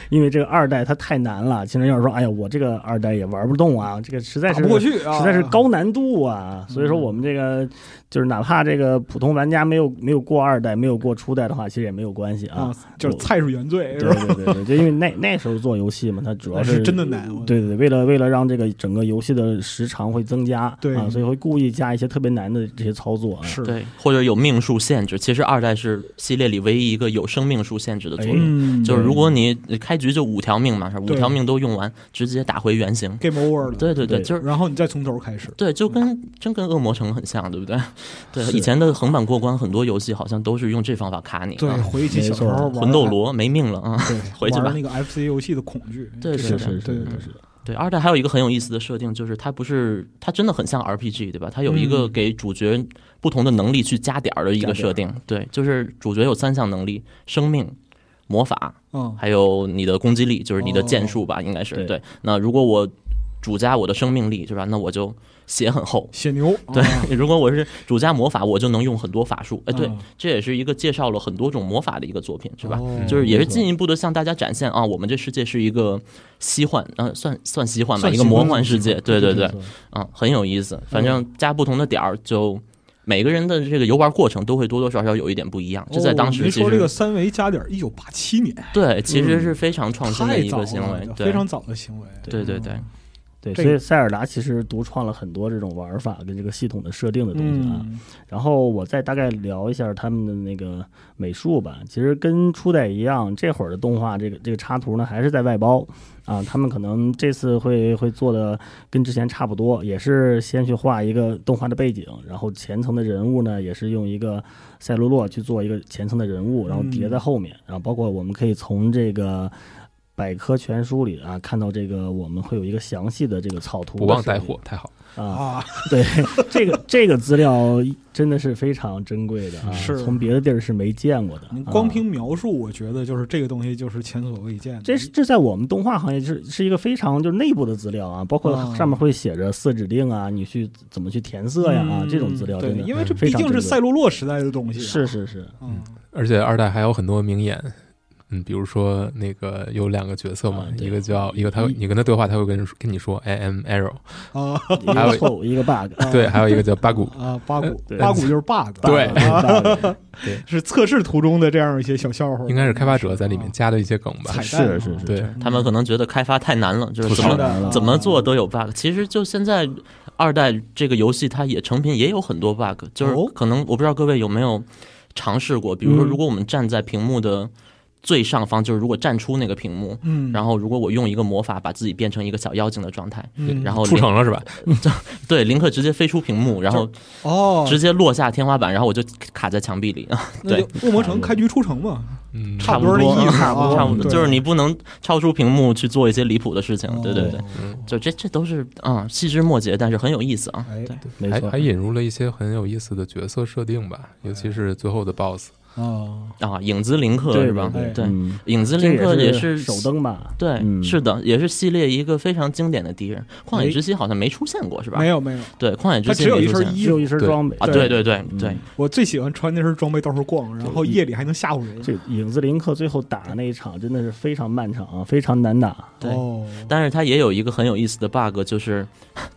因为这个二代它太难了。青招婴儿说：“哎呀，我这个二代也玩不动啊，这个实在
打
是
不过去啊，
实在是高难度啊，所以说我们这个就是哪怕这个普通玩家没有没有过二代，没有过初代的话，其实也没有关系
啊
啊。，
就是菜是原罪，
对
是吧？
对对对，就因为那那时候做游戏嘛，它主要
那是真的难，我
对对，对为了为了让这个整个游戏的时长会增加，
对
啊，所以会故意加一些特别难的这些操作啊。
是，
对，或者有命数限制。其实二代是系列里唯一一个有生命数限制的作用，
嗯，
就是如果你你开局就五条命嘛，是吧五
对
条命都用完，直接打回原形。
game over 了，
对对对，
对
就是。
然后你再从头开始，
对，就跟真跟恶魔城很像，对不对？ 对，
是
以前的横版过关，很多游戏好像都是用这方法卡你。
对，
啊
回忆起小时候玩嗯
魂斗罗没命了啊！
对，
回去吧
玩那个 FC 游戏的恐惧，
对
这
是
是
是
对对
是
对
是，
对，二代还有一个很有意思的设定，就是它不是它真的很像 RPG，对吧？它有一个
嗯
给主角不同的能力去加点儿的一个设定，对，就是主角有三项能力：生命、魔法
嗯，
还有你的攻击力，就是你的剑术吧，应该是
对
对。那如果我主加我的生命力，是吧？那我就血很厚。
血牛，
对
啊，
如果我是主加魔法，我就能用很多法术。哎，对
嗯，
这也是一个介绍了很多种魔法的一个作品，是吧？
哦
就是也是
没错
进一步的向大家展现啊，我们这世界是一个西幻，呃，算算西幻吧，
算
一
西
个
幻嗯
魔幻世界。对对对，
没错
啊，很有意思。反正加不同的点儿，就每个人的这个游玩过程都会多多少少有一点不一样。这在当
哦
时
您
其
说这个
实
三维加点，一九八七年，
对，其实是非常创新的
太
一
早
个行为
了，，
对
非常早的行为，
对对对。
对，
这
所
个
以塞尔达其实独创了很多这种玩法跟这个系统的设定的东西啊。
嗯，
然后我再大概聊一下他们的那个美术吧。其实跟初代一样，这会儿的动画这个这个插图呢还是在外包啊。他们可能这次会会做的跟之前差不多，也是先去画一个动画的背景，然后前层的人物呢也是用一个赛璐珞去做一个前层的人物，然后叠在后面。然后包括我们可以从这个。百科全书里啊看到这个，我们会有一个详细的这个草图的
不忘
设
带
计
货，太好了。
啊。
啊，
对，这个 这个资料真的是非常珍贵的啊，
是
从别的地儿是没见过的。
您
啊
光凭描述，我觉得就是这个东西就是前所未见的。
这是这在我们动画行业是是一个非常就是内部的资料啊，包括
啊
上面会写着色指定啊，你去怎么去填色呀啊，
嗯
这种资料
对
真，的
因为这
非
毕
常
竟是
珍贵
赛璐珞时代的东西啊。
是是是，
嗯，
而且二代还有很多名言，嗯，比如说那个有两个角色嘛，
啊对
一个叫一个他，
一
你跟他对话，他会跟你说跟你说 I am arrow，
啊
一
还有
个错误一个 bug，
啊
啊
对，还有一个叫八 股，
啊，八股
对
八股就是 bug，
对
啊
bug，bug，
是测试途中的这样一些小笑话，嗯
应该是开发者在里面加的一些梗吧
彩。蛋啊
是是是，
对
他们可能觉得开发太难了，就是怎
是
么
的，
怎么做都有 bug。其实就现在二代这个游戏，它也成品也有很多 bug，就是
哦
可能我不知道各位有没有尝试过，比如说
嗯
如果我们站在屏幕的最上方，就是如果站出那个屏幕。
嗯，
然后，如果我用一个魔法把自己变成一个小妖精的状态，
嗯
然后
出
林
城了是吧？
对林克直接飞出屏幕，然后
哦，
直接落下天花板，然后我就卡在墙壁里。
那就恶魔城开局出城嘛，
嗯，
差
不多的
不多
意思啊，
差不 多
差不多，
对
就是你不能超出屏幕去做一些离谱的事情。对对对
哦，
嗯，
就这这都是啊、细枝末节，但是很有意思啊。
哎
对，
没
还
错
还，引入了一些很有意思的角色设定吧，尤其是最后的
嗯
BOSS，
哦，
啊，影子林克
对
是吧？
对
对，
嗯
影子
这
林克
也
是
首登吧？
对，
嗯
是的，也是系列一个非常经典的敌人。旷野之息好像没出现过是吧
没？有没有，
对，旷野
他
之息
只有
没
一
出
身
现
衣
只有
服，
一身
对
装备
啊，对对对对
嗯，
我最喜欢穿那身装备到处逛，然后夜里还能吓唬人，
这影子林克最后打那一场真的是非常漫长啊，非常难打。
对
哦，
但是它也有一个很有意思的 bug，就是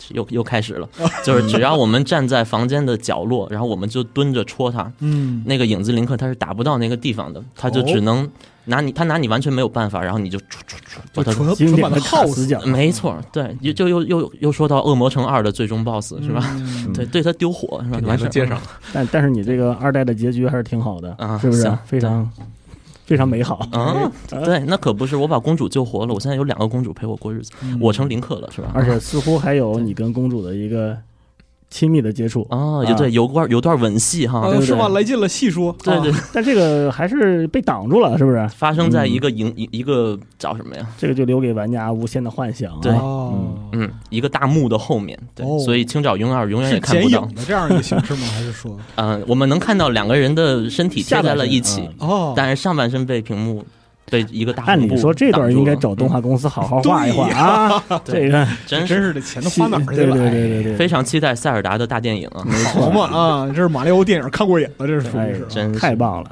又又开始了，就是只要我们站在房间的角落，然后我们就蹲着戳它，
嗯，
那个影子林克他是打不到那个地方的，他就
哦
只能拿你，他拿你完全没有办法，然后你就戳戳戳把
就
他。
纯
经
纯把它
典的卡
耗
死
死，
角，
没错，对，又就又又又说到《恶魔城二》的最终 BOSS 是吧？
嗯
嗯
对，对他丢火是吧
给？你
完事
们
儿
接上。
但但是你这个二代的结局还是挺好的，
啊
是不是
行？
非常非常美好。
啊，
嗯
对，那可不是，我把公主救活了，我现在有两个公主陪我过日子，
嗯
我成林克了是吧？
而且似乎还有你跟公主的一个亲密的接触
啊，也对，，有段有段吻戏哈，
啊，
对
是吗？
对
来劲了，细说，
对对
啊，，
但这个还是被挡住了，是不是？
发生
嗯
在一个营一一个叫什么呀？
这个就留给玩家无限的幻想啊。
对
哦，
嗯，一个大幕的后面，对
哦，
所以青沼英二永远也
是
嗯看
剪
不到
影。的这样一个形 式吗？还是说，
嗯，我们能看到两个人的身体贴
下
在
半
了
身
一起，
啊
哦，
但是上半身被屏幕被一个大
按
屏
理
幕
说这
挡
段
住
应该
了嗯
找动画公司好好
嗯
画一画
对
啊，这个
真
真
是哎
是这钱都花哪儿去
对
了？哎
对对对对，
非常期待塞尔达的大电影啊！
好嘛啊，这是马里奥电影看过瘾了，这是属于
哎
是啊。
真是
太棒了。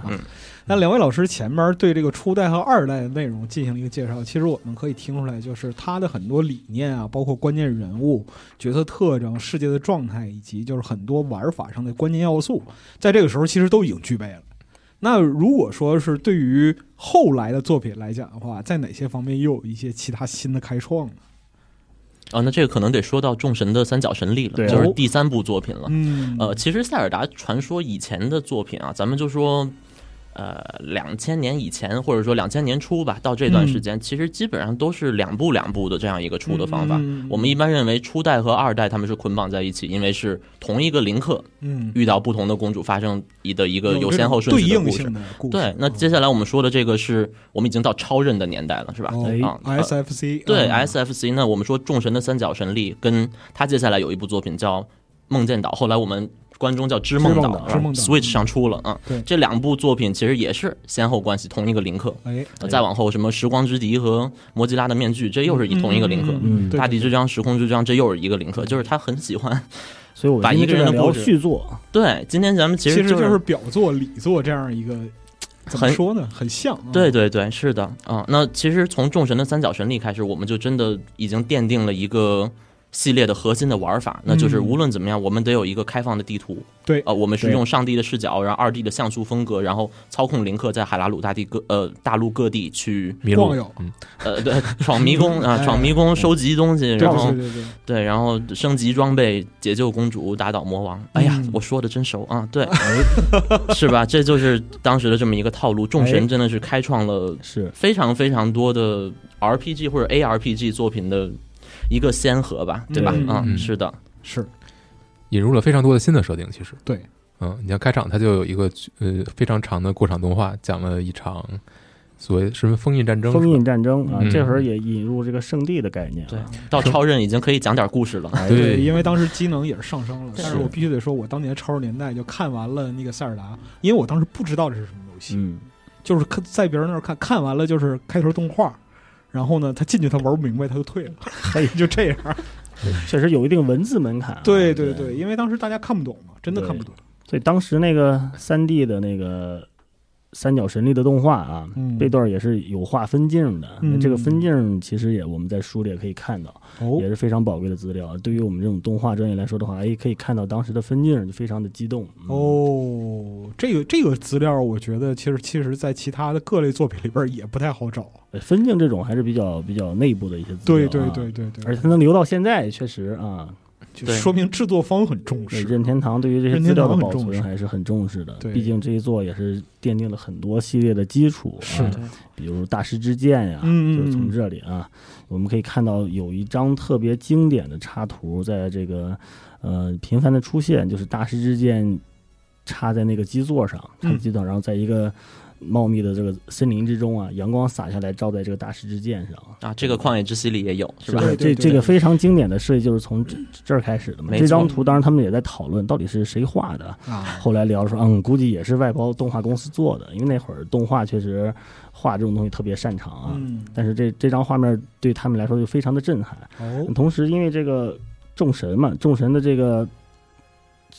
那两位老师前面对这个初代和二代的内容进行了一个介绍，其实我们可以听出来，就是他的很多理念啊，包括关键人物、角色特征、世界的状态，以及就是很多玩法上的关键要素，在这个时候其实都已经具备了。那如果说是对于后来的作品来讲的话，在哪些方面又有一些其他新的开创呢？
哦，那这个可能得说到众神的三角神力了，
对
就是
哦
第三部作品了。
嗯，
呃，其实塞尔达传说以前的作品啊，咱们就说，呃，两千年以前或者说两千年初吧，到这段时间，其实基本上都是两步两步的这样一个出的方法。
嗯嗯嗯
我们一般认为初代和二代他们是捆绑在一起，因为是同一个林克
嗯，
遇到不同的公主发生一的一个有先后顺
对
序的
应
故事
性。的故事。
对，那接下来我们说的这个是我们已经到超任的年代了，是吧？
哦
啊呃
，SFC
对
啊
SFC 呢，我们说众神的三角神力，跟他接下来有一部作品叫《梦见岛》，后来我们关中叫《织梦
织
岛
梦岛》
啊
织梦岛
，Switch 上出了啊。
对
这两部作品其实也是先后关系，同一个林克。
哎，
呃再往后，什么《时光之笛》和《摩吉拉的面具》，这又是以同一个林克。
嗯
对
大地之章、时空之章，这又是一个林克，就是他很喜欢。
所以我
把
今
一
天
个
就
人
在
的
聊
故事
续作，
对，今天咱们其
其
实
实
就
就是表做里做这样一个，怎么
很
说呢？很像，啊
对，对对，是的啊、那其实从众神的三角神力开始，我们就真的已经奠定了一个系列的核心的玩法，那就是
嗯
无论怎么样，我们得有一个开放的地图。
对
呃，我们是
对
用上帝的视角，然后二 D 的像素风格，然后操控林克在海拉鲁大地各呃大陆各地去
迷
逛
路
悠，
嗯，
呃对闯迷宫啊、
哎
闯迷宫收集东西，
对
然后
对对对，
对，然后升级装备，解救公主，打倒魔王。哎呀，
嗯哎
我说的真熟啊，对， 是吧？这就是当时的这么一个套路。众神
哎
真的是开创了。
是
非常非常多的 RPG 或者 ARPG 作品的一个先河吧，对吧？
嗯
啊，
嗯
是的，
是
引入了非常多的新的设定，其实。
对，
嗯，你像开场它就有一个呃非常长的过场动画，讲了一场所谓什么封印战争，
封印战争啊，
嗯
这会儿也引入这个圣地的概念啊
对
了。，
到超任已经可以讲点故事了。
哎
对
因为当时机能也是上升了，但是
是
我必须得说，我当年超时年代就看完了那个塞尔达，因为我当时不知道这是什么游戏，
嗯，
就是看在别人那儿看看完了，就是开头动画，然后呢，他进去他玩不明白，他就退了，嘿，就这样。
确实有一定文字门槛啊。
对
对
对对，，因为当时大家看不懂嘛，真的看不懂。
所以当时那个三 D 的那个三角神力的动画啊，
嗯
这段也是有画分镜的。
嗯
那这个分镜其实也我们在书里也可以看到，
哦
也，是非常宝贵的资料。对于我们这种动画专业来说的话，哎，可以看到当时的分镜就非常的激动。嗯，
哦，这个这个资料，我觉得其实其实在其他的各类作品里边也不太好找。
哎分镜这种还是比较比较内部的一些资
对
料、啊。
对对。对对，
而且它能留到现在，确实啊，
就
对
说明制作方很重
对
视。
任天堂对于这些
任
资
天堂
料
很
的保
重视
存还是很重视的。
对
毕竟这一作也是奠定了很多系列的基础、啊。
是的，
比如大师之剑呀，
嗯嗯嗯
就是从这里啊，我们可以看到有一张特别经典的插图，在这个呃频繁的出现，就是大师之剑插在那个基座上，它
嗯
的基座上在一个茂密的这个森林之中啊，阳光洒下来照在这个大师之剑上，
啊，这个旷野之息里也有，是
是
吧？
吧？
对对对
这这个非常经典的设计就是从这这儿开始的嘛。
没错
这张图当然他们也在讨论到底是谁画的，
啊，
后来聊说，嗯，估计也是外包动画公司做的，因为那会儿动画确实画这种东西特别擅长啊。
嗯，
但是这这张画面对他们来说就非常的震撼。
哦，
同时，因为这个众神嘛，众神的这个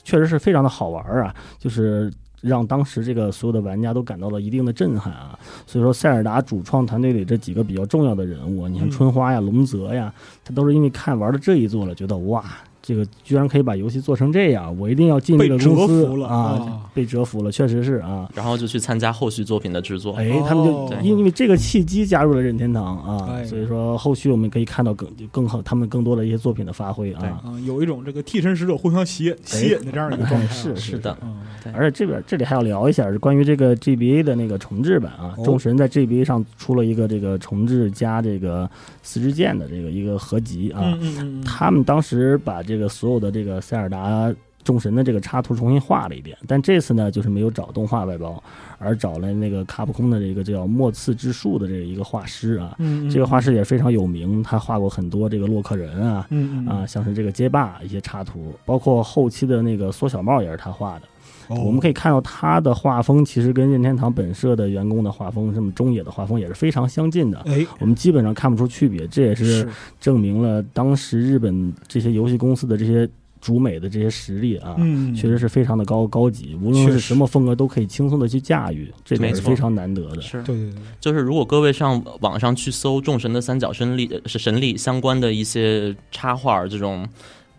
确实是非常的好玩儿啊，就是让当时这个所有的玩家都感到了一定的震撼啊。所以说，塞尔达主创团队里这几个比较重要的人物啊，你看
嗯
春花呀、龙泽呀，他都是因为看玩了这一座了，觉得哇。这个居然可以把游戏做成这样，我一定要进这
被
个
折
公司
服了
啊！被折服了，确实是啊。
然后就去参加后续作品的制作。
哎
哦，
他们就
对
因因为这个契机加入了任天堂
哎
啊，所以说后续我们可以看到更更好他们更多的一些作品的发挥啊。
啊，有一种这个替身使者互相吸引吸引的这样一个状态啊。
是
是的，
嗯，
而且这边这里还要聊一下关于这个 GBA 的那个重置版啊
哦，
众神在 GBA 上出了一个这个重置加这个四支箭的这个一个合集啊
嗯，嗯嗯，嗯
他们当时把这个所有的这个塞尔达众神的这个插图重新画了一遍，但这次呢，就是没有找动画外包，而找了那个卡普空的这个叫墨次之树的这个一个画师啊，
嗯嗯
这个画室也非常有名，他画过很多这个洛克人啊，
嗯嗯
啊，，像是这个街霸一些插图，包括后期的那个缩小帽也是他画的。我们可
以
以看到他的画风其实跟任天堂本社的员工的画风，什么中野的画风也是非常相近的。
哎
我们基本上看不出区别，这也是啊证明了当时日本这些游戏公司的这些主美的这些实力啊，
嗯，
确实是非常的高高级，无论
确
是
实
什么风格都可以轻松的去驾驭，这点
没
是
错
非常难得的。
是，
对对对，
就是如果各位上网上去搜众神的三角神力呃是神力相关的一些插画儿这种。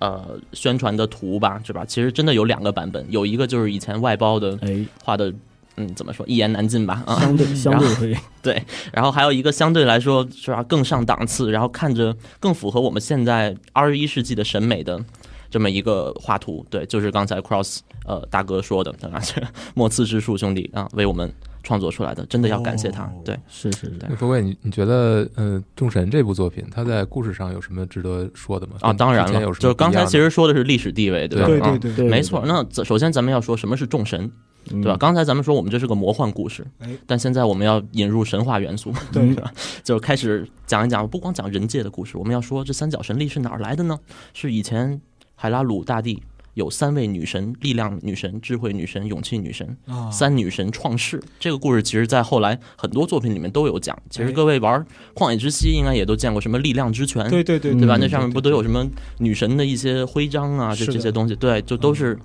呃，宣传的图吧，是吧？其实真的有两个版本，有一个就是以前外包的
哎，
画的，嗯，怎么说，一言难尽吧，啊、
相对相对会
然后还有一个相对来说是吧更上档次，然后看着更符合我们现在二十一世纪的审美的这么一个画图，对，就是刚才 Cross 呃大哥说的， 对吧？这莫次之树兄弟啊为我们创作出来的，真的要感谢他，
哦
对。
是是是。
那各位，你你觉得，嗯、呃，《众神》这部作品，它在故事上有什么值得说的吗？
啊，
跟
当然
之
了
前有，什
就
么
是刚
不一
才
样的
其实说的是历史地位，吧？
对
啊
对对对，
对
没错。那咱首先咱们要说什么是众神，对
嗯
吧？？刚才咱们说我们这是个魔幻故事
哎，
但现在我们要引入神话元素，
对
是吧？就是开始讲一讲，不光讲人界的故事，我们要说这三角神力是哪儿来的呢？是以前海拉鲁大帝有三位女神：力量女神、智慧女神、勇气女神。
啊，
三女神创世这个故事，其实在后来很多作品里面都有讲。其实各位玩《旷野之息》应该也都见过什么力量之泉，
对对对
嗯
对吧？那上面
对
不都有什么女神的一些徽章啊，这
是的
这些东西，对，就都是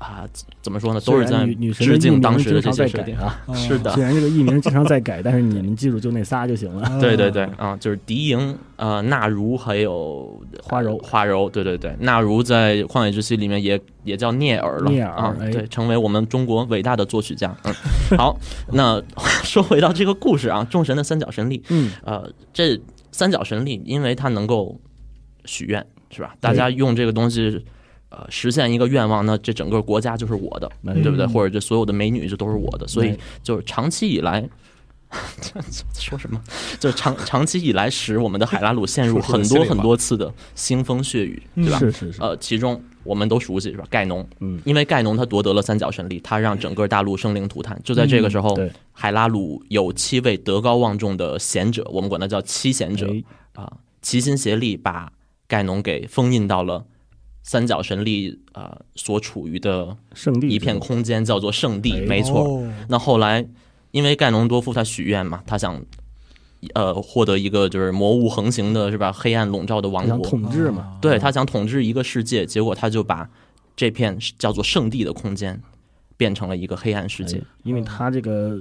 啊，怎么说呢？都是
嗯虽然
在
女女神的
致
艺
敬
名
当时的这
经常
些
在
设
改
定。
啊，
啊
是的
虽然这个艺名经常在改，但是你们记住就那仨就行了。
啊
对对对，啊，就是狄莹、呃，纳茹还有
花柔
花柔，对对对，纳茹在《旷野之息》里面也也叫聂耳了，
聂耳
啊，
哎
对，成为我们中国伟大的作曲家。嗯，好， 那说回到这个故事啊，众神的三角神力，
嗯，
呃，这三角神力，因为它能够许愿，是吧？大家用这个东西，呃，实现一个愿望，那这整个国家就是我的，
那
对不对？
嗯
或者这所有的美女这都是我的，所以
哎
就是长期以来。说什么？就是长长期以来，使我们的海拉鲁陷入
说出了心
很多
里话
很多次的腥风血雨，对吧？
是是是，
呃，其中我们都熟悉是吧？盖农，
嗯，
因为盖农他夺得了三角神力，他让整个大陆生灵涂炭。就在这个时候，
嗯对
海拉鲁有七位德高望重的贤者，我们管他叫七贤者
哎
啊、齐心协力把盖农给封印到了三角神力啊、所处于的
圣地
一片空间，叫做圣地。
嗯哎
没错，
哦
那后来，因为盖农多夫他许愿嘛，他想，呃，获得一个就是魔物横行的是吧？黑暗笼罩的王
想
国，
统啊治嘛，
对他想统治一个世界，结果他就把这片叫做圣地的空间变成了一个黑暗世界。
哎因为他这个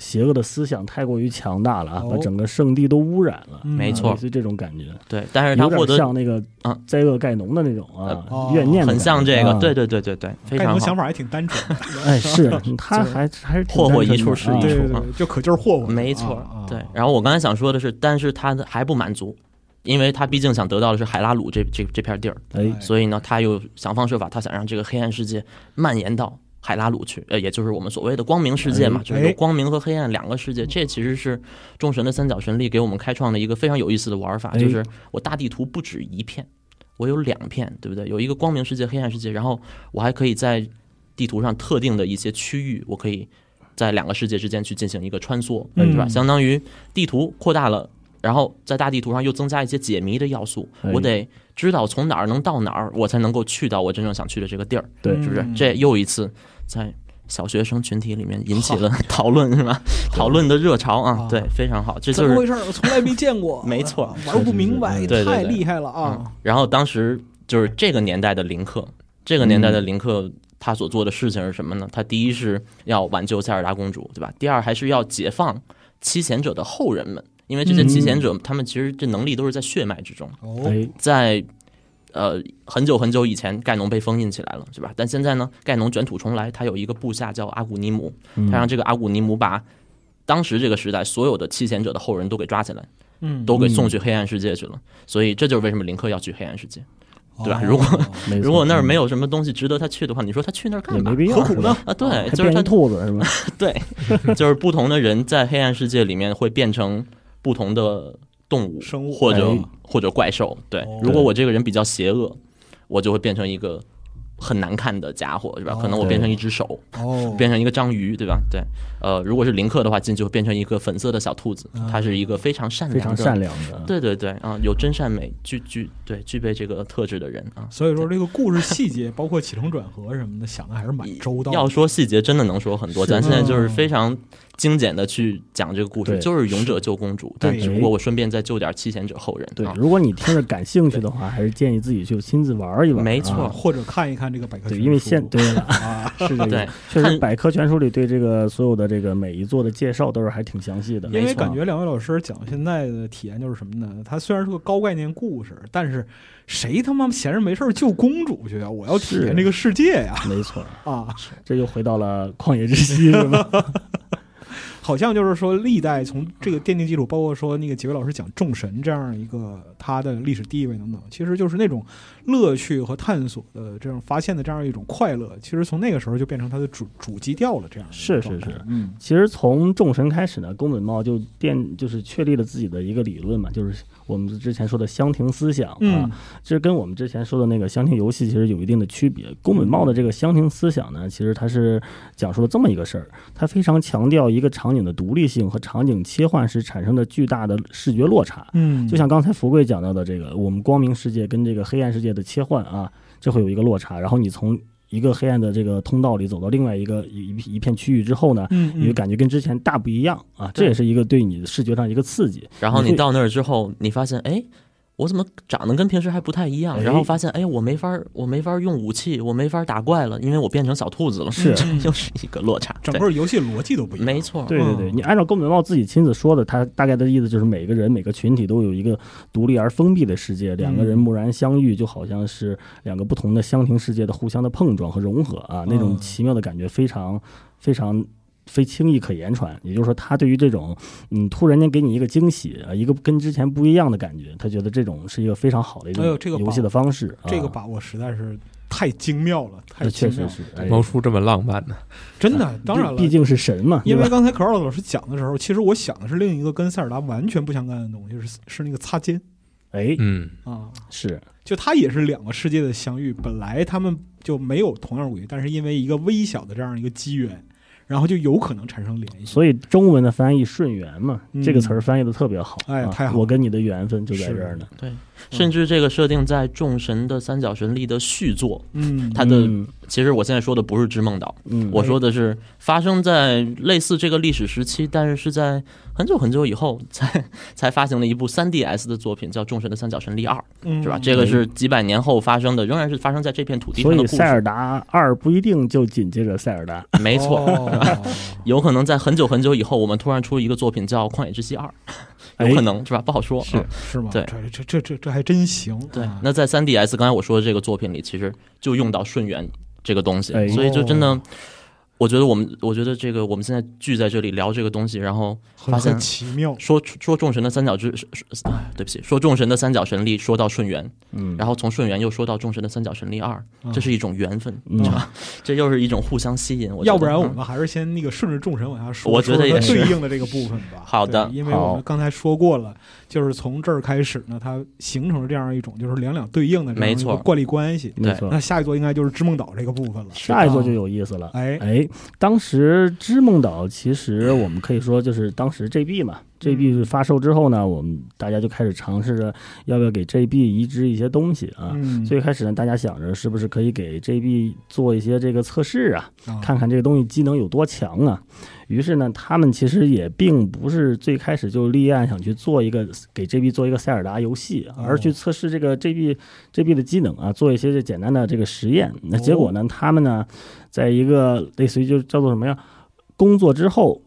邪恶的思想太过于强大了啊，
哦
把整个圣地都污染了，哎
嗯
没错
类似于这种感觉，
对，但是他
有
获
点
得
像那个
啊
灾厄盖农的那种啊
呃
怨念的感觉，
很像这个，
啊
对， 对对对对，非
盖
常
农想
好。
法还挺单纯 的，
哎，是他还还是挺
霍霍
单纯
一处
的
是
啊
一
对
处
对
啊
对，就可劲儿霍霍去，
没错
啊，
对。然后我刚才想说的是，但是他还不满足，因为他毕竟想得到的是海拉鲁这这这片地儿。
哎，
所以呢，他又想方设法，他想让这个黑暗世界蔓延到海拉鲁去，呃，也就是我们所谓的光明世界嘛，
哎
就是有光明和黑暗两个世界。这其实是众神的三角神力给我们开创的一个非常有意思的玩法，
哎
就是我大地图不止一片，我有两片，对不对？有一个光明世界、黑暗世界，然后我还可以在地图上特定的一些区域，我可以在两个世界之间去进行一个穿梭，
嗯
对吧？相当于地图扩大了，然后在大地图上又增加一些解谜的要素，
哎
我得知道从哪儿能到哪儿，我才能够去到我真正想去的这个地儿，
对
是不是
嗯？
这又一次在。小学生群体里面引起 了讨论是吧？讨论的热潮啊
啊，
对，非常好，这
怎
就
么
是
回事儿？我从来没见过，
没错
啊 玩不明白，
是
是是
太
对对对
厉害了
嗯
啊！，
然后当时就是这个年代的林克，这个年代
嗯
的林克他所做的事情是什么呢？他第一是要挽救塞尔达公主，对吧？第二还是要解放七贤者的后人们，因为
嗯
这些七贤者他们其实这能力都是在血脉之中，
哦，
哎，
在。呃，很久很久以前，盖农被封印起来了，是吧？但现在呢，盖农卷土重来，他有一个部下叫阿古尼姆，
嗯
他让这个阿古尼姆把当时这个时代所有的七贤者的后人都给抓起来，
嗯，
都给送去黑暗世界去
嗯
了。所以这就是为什么林克要去黑暗世界。对吧
哦
如果
哎没错嗯
如果那儿没有什么东西值得他去的话，你说他去那儿干
也
嘛
没？必要，
何苦呢
啊，
是吧？还
对，就是
变
他
成兔子是吧？
对，就是不同的人在黑暗世界里面会变成不同的动物、
生物
或者
哎
或者怪兽。对
哦，
如果我这个人比较邪恶，我就会变成一个很难看的家伙，是吧？
哦
可能我
对
变成一只手，
哦，
变成一个章鱼，对吧？对，呃，如果是林克的话，进去会变成一个粉色的小兔
啊
子，它是一个非常善良
非
的、
常善良的，
对对对啊，有真善美，具具对具备这个特质的人啊。
所以说这个故事细节，包括起承转合什么的，想的还是蛮周到的。
要说细节，真的能说很多。
是
咱现在就是
嗯
非常精简的去讲这个故事，
对
就是勇者救公主，但
对
只不过我顺便再救点七贤者后人。
对
啊，
如果你听着感兴趣的话，还是建议自己去亲自玩一玩啊。
没错
啊或者看一看这个百科全
对，
书，
因为现对 了，
啊，
是这
对
个，确实
看
百科全书里对这个所有的这个每一座的介绍都是还挺详细的。
因为
没错
感觉两位老师讲现在的体验就是什么呢？它虽然是个高概念故事，但是谁他妈闲着没事儿救公主去啊？我要体验
是
这个世界呀！
没错，
啊，
这又回到了旷野之息，是吧？
好像就是说历代从这个奠定基础，包括说那个几位老师讲众神这样一个他的历史地位等等，其实就是那种乐趣和探索的这样发现的这样一种快乐，其实从那个时候就变成他的主主基调了。这样的一个
是是
状态
是，
嗯，
其实从众神开始呢，宫本茂就奠就是确立了自己的一个理论嘛，就是我们之前说的香庭思想啊，
嗯，
这跟我们之前说的那个香庭游戏其实有一定的区别。宫本茂的这个香庭思想呢，其实它是讲述了这么一个事儿，它非常强调一个场景的独立性和场景切换时产生的巨大的视觉落差。
嗯，
就像刚才福贵讲到的这个，我们光明世界跟这个黑暗世界的切换啊，这会有一个落差。然后你从一个黑暗的这个通道里走到另外一个一一一片区域之后呢，
嗯，
你
嗯
就感觉跟之前大不一样啊，这也是一个对你的视觉上一个刺激。
然后
你
你
会
到那儿之后，你发现哎。我怎么长得跟平时还不太一样？
哎
然后发现，哎，我没法儿，我没法儿用武器，我没法儿打怪了，因为我变成小兔子了，
是
又是一个落差。
整
对
个游戏逻辑都不一样，
没错，
对对
嗯
对，你按照宫本茂自己亲自说的，他大概的意思就是每个人每个群体都有一个独立而封闭的世界，两个
嗯
人蓦然相遇，就好像是两个不同的香庭世界的互相的碰撞和融合啊，那种
嗯
奇妙的感觉非常非常。非轻易可言传，也就是说，他对于这种，嗯，突然间给你一个惊喜啊，一个跟之前不一样的感觉，他觉得这种是一个非常好的一种
哎呦这个
游
把
戏的方式。
这个
啊，
把握实在是太精妙了，太
这
精
确
妙
实
了，
是，哎
猫叔这么浪漫呢、
真
哎
的。当然了，
毕竟是神嘛，
因
对
为
吧
刚才可尔老师讲的时候，其实我想的是另一个跟塞尔达完全不相干的东西，是是那个擦肩
哎，
嗯，
啊，
是
就它也是两个世界的相遇，本来他们就没有同样轨迹，但是因为一个微小的这样一个机缘，然后就有可能产生联系。
所以中文的翻译“顺缘”嘛，
嗯
这个词儿翻译的特别好。
哎
啊
太好了
我跟你的缘分就在这儿呢。嗯
对，甚至这个设定在《众神的三角神》里的续作，
嗯，
它的
嗯
其实我现在说的不是《织梦岛》，
嗯，
我说的是发生在类似这个历史时期，但是是在很久很久以后才才发行了一部 3DS 的作品，叫《众神的三角神力二》，
嗯
是吧？这个是几百年后发生的，仍然是发生在这片土地上
所
的
以
故
塞
事。
尔达二不一定就紧接着塞尔达。
没错，
哦
有可能在很久很久以后，我们突然出一个作品叫《旷野之息二》，
哎
有可能是吧？不好说。
是
嗯
是吗？
对
这这这这这还真行。
对
啊，
那在 3DS 刚才我说的这个作品里，其实就用到顺缘这个东西
哎，
所以就真的，我觉得我们，我觉得这个我们现在聚在这里聊这个东西，然后
很
发现
很奇妙。
说说众神的三角之，是是哎对不起，说众神的三角神力，说到顺缘，
嗯，
然后从顺缘又说到众神的三角神力二，
啊
这是一种缘分，
嗯
是吧？这又是一种互相吸引。我觉得
要不然我
嗯
们还是先那个顺着众神往下说，
我觉得
说
也
它
是
对应的这个部分吧。
好的
对因为我
好
们刚才说过了，就是从这儿开始呢，它形成了这样一种就是两两对应的这样一
没
个
错嗯
惯例关系。
没
对
错
那，下一座应该就是织梦岛这个部分了。
下一座就有意思
啊
了。
哎，
哎，当时织梦岛其实我们可以说就是当时 JB 嘛，JB
嗯
发售之后呢，我们大家就开始尝试着要不要给 JB 移植一些东西啊。
嗯，
最开始呢，大家想着是不是可以给 JB 做一些这个测试啊，
啊
看看这个东西机能有多强啊。于是呢，他们其实也并不是最开始就立案想去做一个给 JB 做一个塞尔达游戏，
哦
而去测试这个 JB JB 的机能啊，做一些这简单的这个实验。那
哦
结果呢，他们呢，在一个类似于就叫做什么呀，工作之后，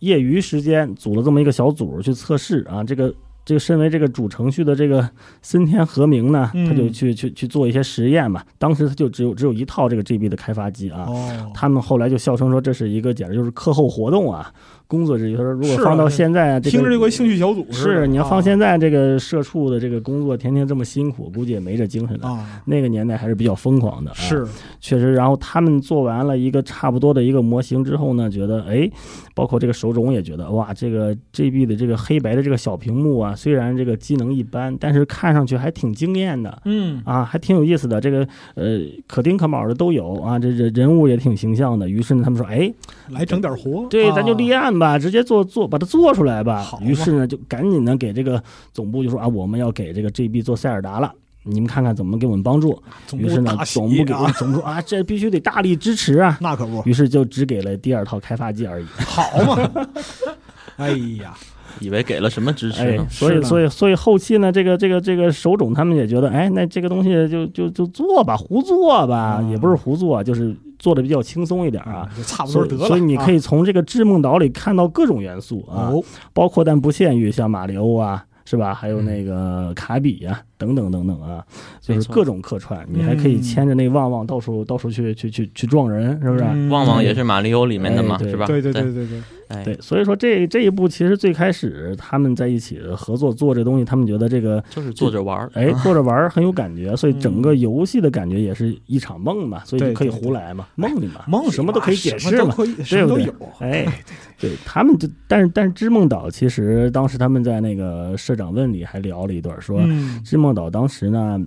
业余时间组了这么一个小组去测试啊，这个。这个身为这个主程序的这个森田和明呢，
嗯
他就去去去做一些实验嘛。当时他就只有只有一套这个 GB 的开发机啊，
哦，
他们后来就笑称说这是一个简直就是课后活动啊，工作之余。他说如果
是啊
放到现在啊，这个
听着就跟兴趣小组似的
是你要
啊
放现在这个社畜的这个工作，天天这么辛苦，估计也没这精神了。
啊，
那个年代还是比较疯狂的、啊，
是
确实。然后他们做完了一个差不多的一个模型之后呢，觉得哎，包括这个手冢也觉得哇，这个 GB 的这个黑白的这个小屏幕啊，虽然这个机能一般，但是看上去还挺惊艳的。
嗯
啊，还挺有意思的。这个呃，可丁可卯的都有啊，这人人物也挺形象的。于是呢，他们说，哎，
来整点活，
对，
啊
咱就立案吧，直接做做，把它做出来吧
好。嘛
于是呢，就赶紧呢给这个总部就说啊，我们要给这个 GB 做塞尔达了。你们看看怎么给我们帮助？
总
于是
部
呢
大，喜
总部给
啊，
总部说啊，这必须得大力支持啊！
那可不
于是就只给了第二套开发机而已。
好 嘛。哎呀，
以为给了什么支持
哎
呢，？
所
是
以
呢
所以所以后期呢，这个这个这个手冢他们也觉得，哎，那这个东西就就就做吧，胡做吧，
嗯
也不是胡做，就是做的比较轻松一点啊。
就差不
所
多
以
得了。
所以你可
以
以从这个《智梦岛》里看到各种元素啊，
哦，
包括但不限于像马里欧啊，是吧？还有
嗯
那个卡比呀、等等等等啊，就
没
是
错
各种客串。你还可
嗯
以牵着那旺旺到处到处去去去去撞人，是不啊是？
嗯
旺旺也是马里奥里面的嘛，
哎对
是吧？
对对对对对，
哎
对，所以说这这一部其实最开始他们在一起合作做这东西，他们觉得这个
就是坐着玩儿。嗯
哎，坐着玩儿很有感觉，所以整个
啊嗯
游戏的感觉也是一场梦嘛，所以就可以
对对
胡来嘛，
对
梦里嘛，
梦里
什么都
嘛
可以解
什么
释
都
嘛。
可以，什么都
对
有
不。哎，对他们就，但是但是织梦岛其实当时他们在那个社长问里还聊了一段，说
嗯
织梦岛当时呢，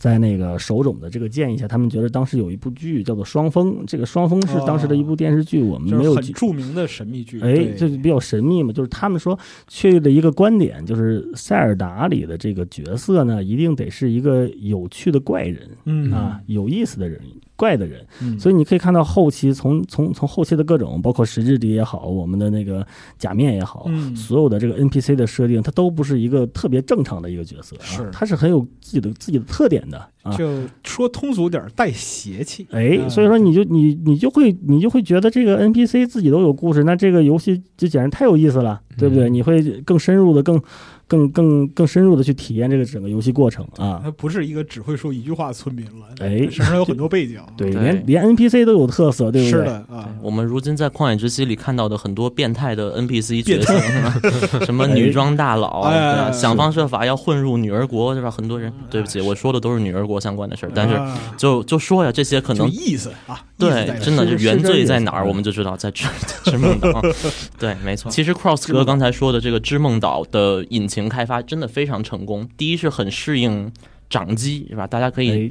在那个手冢的这个建议下，他们觉得当时有一部剧叫做《双峰》，这个《双峰》是当时的一部电视剧，我们
哦就
没
是
有
很
记
著名的神秘剧，
哎，
嗯对
这就比较神秘嘛。就是他们说确立的一个观点，就是塞尔达里的这个角色呢，一定得是一个有趣的怪人
嗯
啊，，有意思的人，怪的人。
嗯
所以你可以看到后期从从从后期的各种，包括石质敌也好，我们的那个假面也好，
嗯
所有的这个 NPC 的设定，它都不是一个特别正常的一个角色，啊、
是
它是很有自己的自己的特点的啊。
就说通俗点儿，带邪气。
哎，所以说你就你你就会你就会觉得这个 NPC 自己都有故事，那这个游戏就简直太有意思了，对不对？你会更深入的、更更更更深入的去体验这个整个游戏过程啊。
他不是一个只会说一句话的村民了，
哎
身上有很多背景，
对，
对
连连 NPC 都有特色，对不对？
是的啊，
我们如今在《旷野之息》里看到的很多变态的 NPC 角
变
色，是吧什么女装大佬，
哎哎
对
哎嗯
吧？
哎
想方设法要混入女儿国，对吧？很多人，对不起，我说的都是女儿国相关的事儿，但是
啊
就就说呀，这些可
就
能
意思啊，意思
对
在，
真的
是
就是原
这意
罪
思
在哪
啊
儿，
嗯
我们就知道在织织梦 岛。 对，没错。其实 Cross 哥刚才说的这个织梦岛的引擎开发真的非常成功。第一是很适应掌机，是吧？大家可以
哎，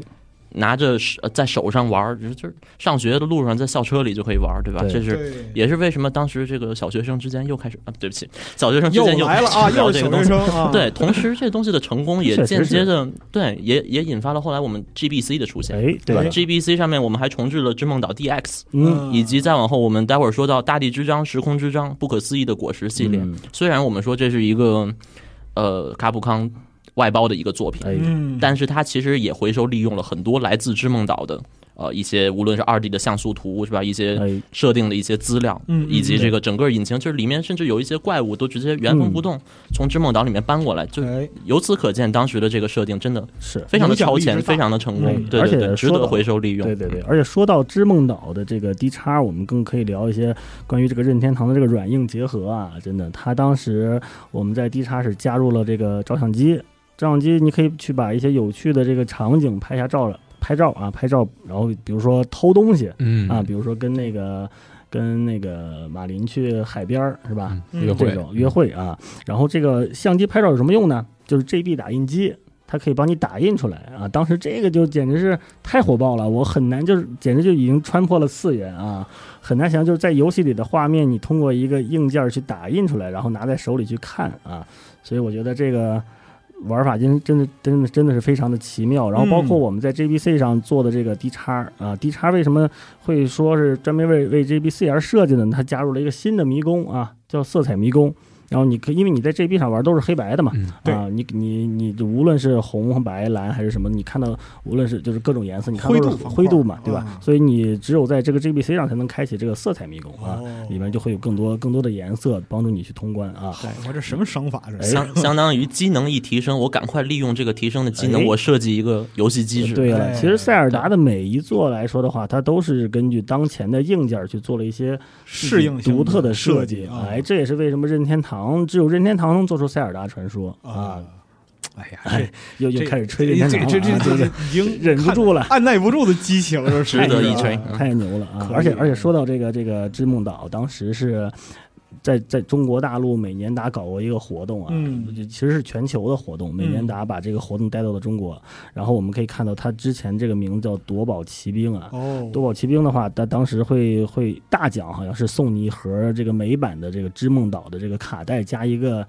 拿着手呃在手上玩儿，就是就是上学的路上在校车里就可以玩儿，对吧？
对
这是
对
也是为什么当时这个小学生之间又开始啊，对不起，小学生之
又
间
来
开
了
始
啊，
聊
又
这
是
个
小
东
学
西。
生啊，
对，同时这东西的成功也
确实
间接
是
的对，也也引发了后来我们 GBC 的出现。
哎，
对
对
吧
了，
？GBC 上面我们还重置了《之梦岛 DX》，
嗯，
以及再往后我们待会儿说到《大地之章》《时空之章》《不可思议的果实》系列。
嗯
虽然我们说这是一个呃卡普康外包的一个作品，
哎，
嗯，
但是它其实也回收利用了很多来自之梦岛的呃一些无论是二 D 的像素图是吧，一些
哎，
设定的一些资料，
嗯嗯
以及这个整个引擎，就是里面甚至有一些怪物都直接原封不动从之梦岛里面搬过来，就
哎
由此可见当时的这个设定真的
是，
非常的超
影响力
前，
之大
非常的成功
嗯，
对
而且
对对，值
说到
得回收利用，
对对对。而且说到织梦岛的这个 D 叉，我们更可以聊一些关于这个任天堂的这个软硬结合啊，真的，它当时我们在 D 叉是加入了这个照相机，照相机你可以去把一些有趣的这个场景拍下照了。拍照啊，拍照，然后比如说偷东西
嗯
啊，比如说跟那个跟那个马林去海边儿是吧？
嗯
嗯
约
这
会
种约会啊。然后这个相机拍照有什么用呢？就是 GB 打印机，它可以帮你打印出来啊。当时这个就简直是太火爆了，我很难就是简直就已经穿破了次元啊，很难想象就是在游戏里的画面，你通过一个硬件去打印出来，然后拿在手里去看啊。所以我觉得这个。玩法真真的真的真的是非常的奇妙，然后包括
嗯
我们在 GBC 上做的这个 D 叉啊，D 叉为什么会说是专门为为 JBC 而设计的呢？它加入了一个新的迷宫啊，叫色彩迷宫。然后你可因为你在 JB 上玩都是黑白的嘛，
嗯
对
啊，你你你就无论是红白蓝还是什么，你看到无论是就是各种颜色，你看到都
灰
是
度方块
灰度嘛，对吧？
啊
所以你只有在这个 JBC 上才能开启这个色彩迷宫啊，
哦
里面就会有更多更多的颜色帮助你去通关啊。
好我这什么商法这
哎
是？
相相当于机能一提升，我赶快利用这个提升的机能，
哎
我设计一个游戏机制。
对啊
哎
了，其实塞尔达的每一座来说的话，它都是根据当前的硬件去做了一些
适应性
独特的
设
计。
啊，
哎，这也是为什么任天堂只有任天堂能做出塞尔达传说
啊
啊！，
哎呀，
哎，又又
这
开始吹任
这
天堂了啊，
这这 这
这个
已经
忍不住了
看，按耐不住的激情， 这是
值得一吹嗯
啊
太牛了啊！
可以
而且而且说到这个这个织梦岛，当时是在在中国大陆每年达搞过一个活动啊，
嗯
就其实是全球的活动，每年达把这个活动带到了中国，然后我们可以看到它之前这个名字叫夺宝奇兵啊。
哦，
夺宝奇兵的话，它当时会会大奖，好像是送你一盒这个美版的这个织梦岛的这个卡带，加一个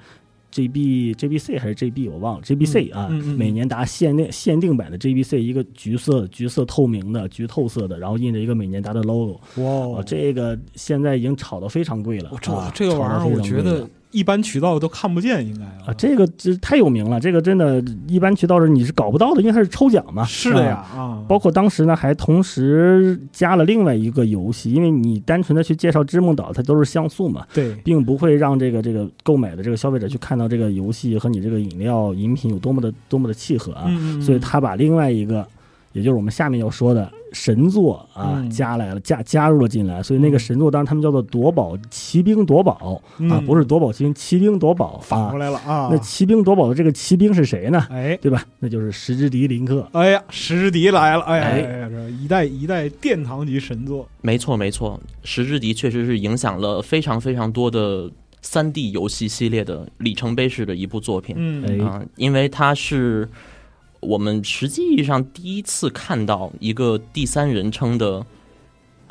GB GBC 还是 GB 我忘了 GBC 啊，
嗯嗯嗯
每年达限定限定版的 GBC 一个橘色橘色透明的橘透色的，然后印着一个美年达的 logo，、
哇哦
啊，，这个现在已经炒到非常贵了。
我这
啊
这个玩意儿，
炒到非
我
常
觉
贵了
得一般渠道都看不见，应该
啊，这个这太有名了，这个真的，一般渠道是你是搞不到的，因为它是抽奖嘛。
是的
啊
呀啊，
包括当时呢，还同时加了另外一个游戏，因为你单纯的去介绍《织梦岛》，它都是像素嘛，
对，
并不会让这个这个购买的这个消费者去看到这个游戏和你这个饮料饮品有多么的多么的契合啊。
嗯，嗯
所以他把另外一个，也就是我们下面要说的神作啊，
嗯
加来了，加加入了进来。所以那个神作，当时他们叫做夺宝骑兵夺宝、啊，
嗯
不是夺宝奇兵，骑兵夺宝
反
啊
过。来了啊
那，骑兵夺宝的这个骑兵是谁呢？
哎。
对吧？那就是石之迪林克。
哎呀，石笛来了！哎呀，
哎
哎呀，这一代一代殿堂级神作，
没错，没错，石之笛确实是影响了非常非常多的三 D 游戏系列的里程碑式的一部作品
嗯，
哎
啊、因为它是我们实际意义上第一次看到一个第三人称的，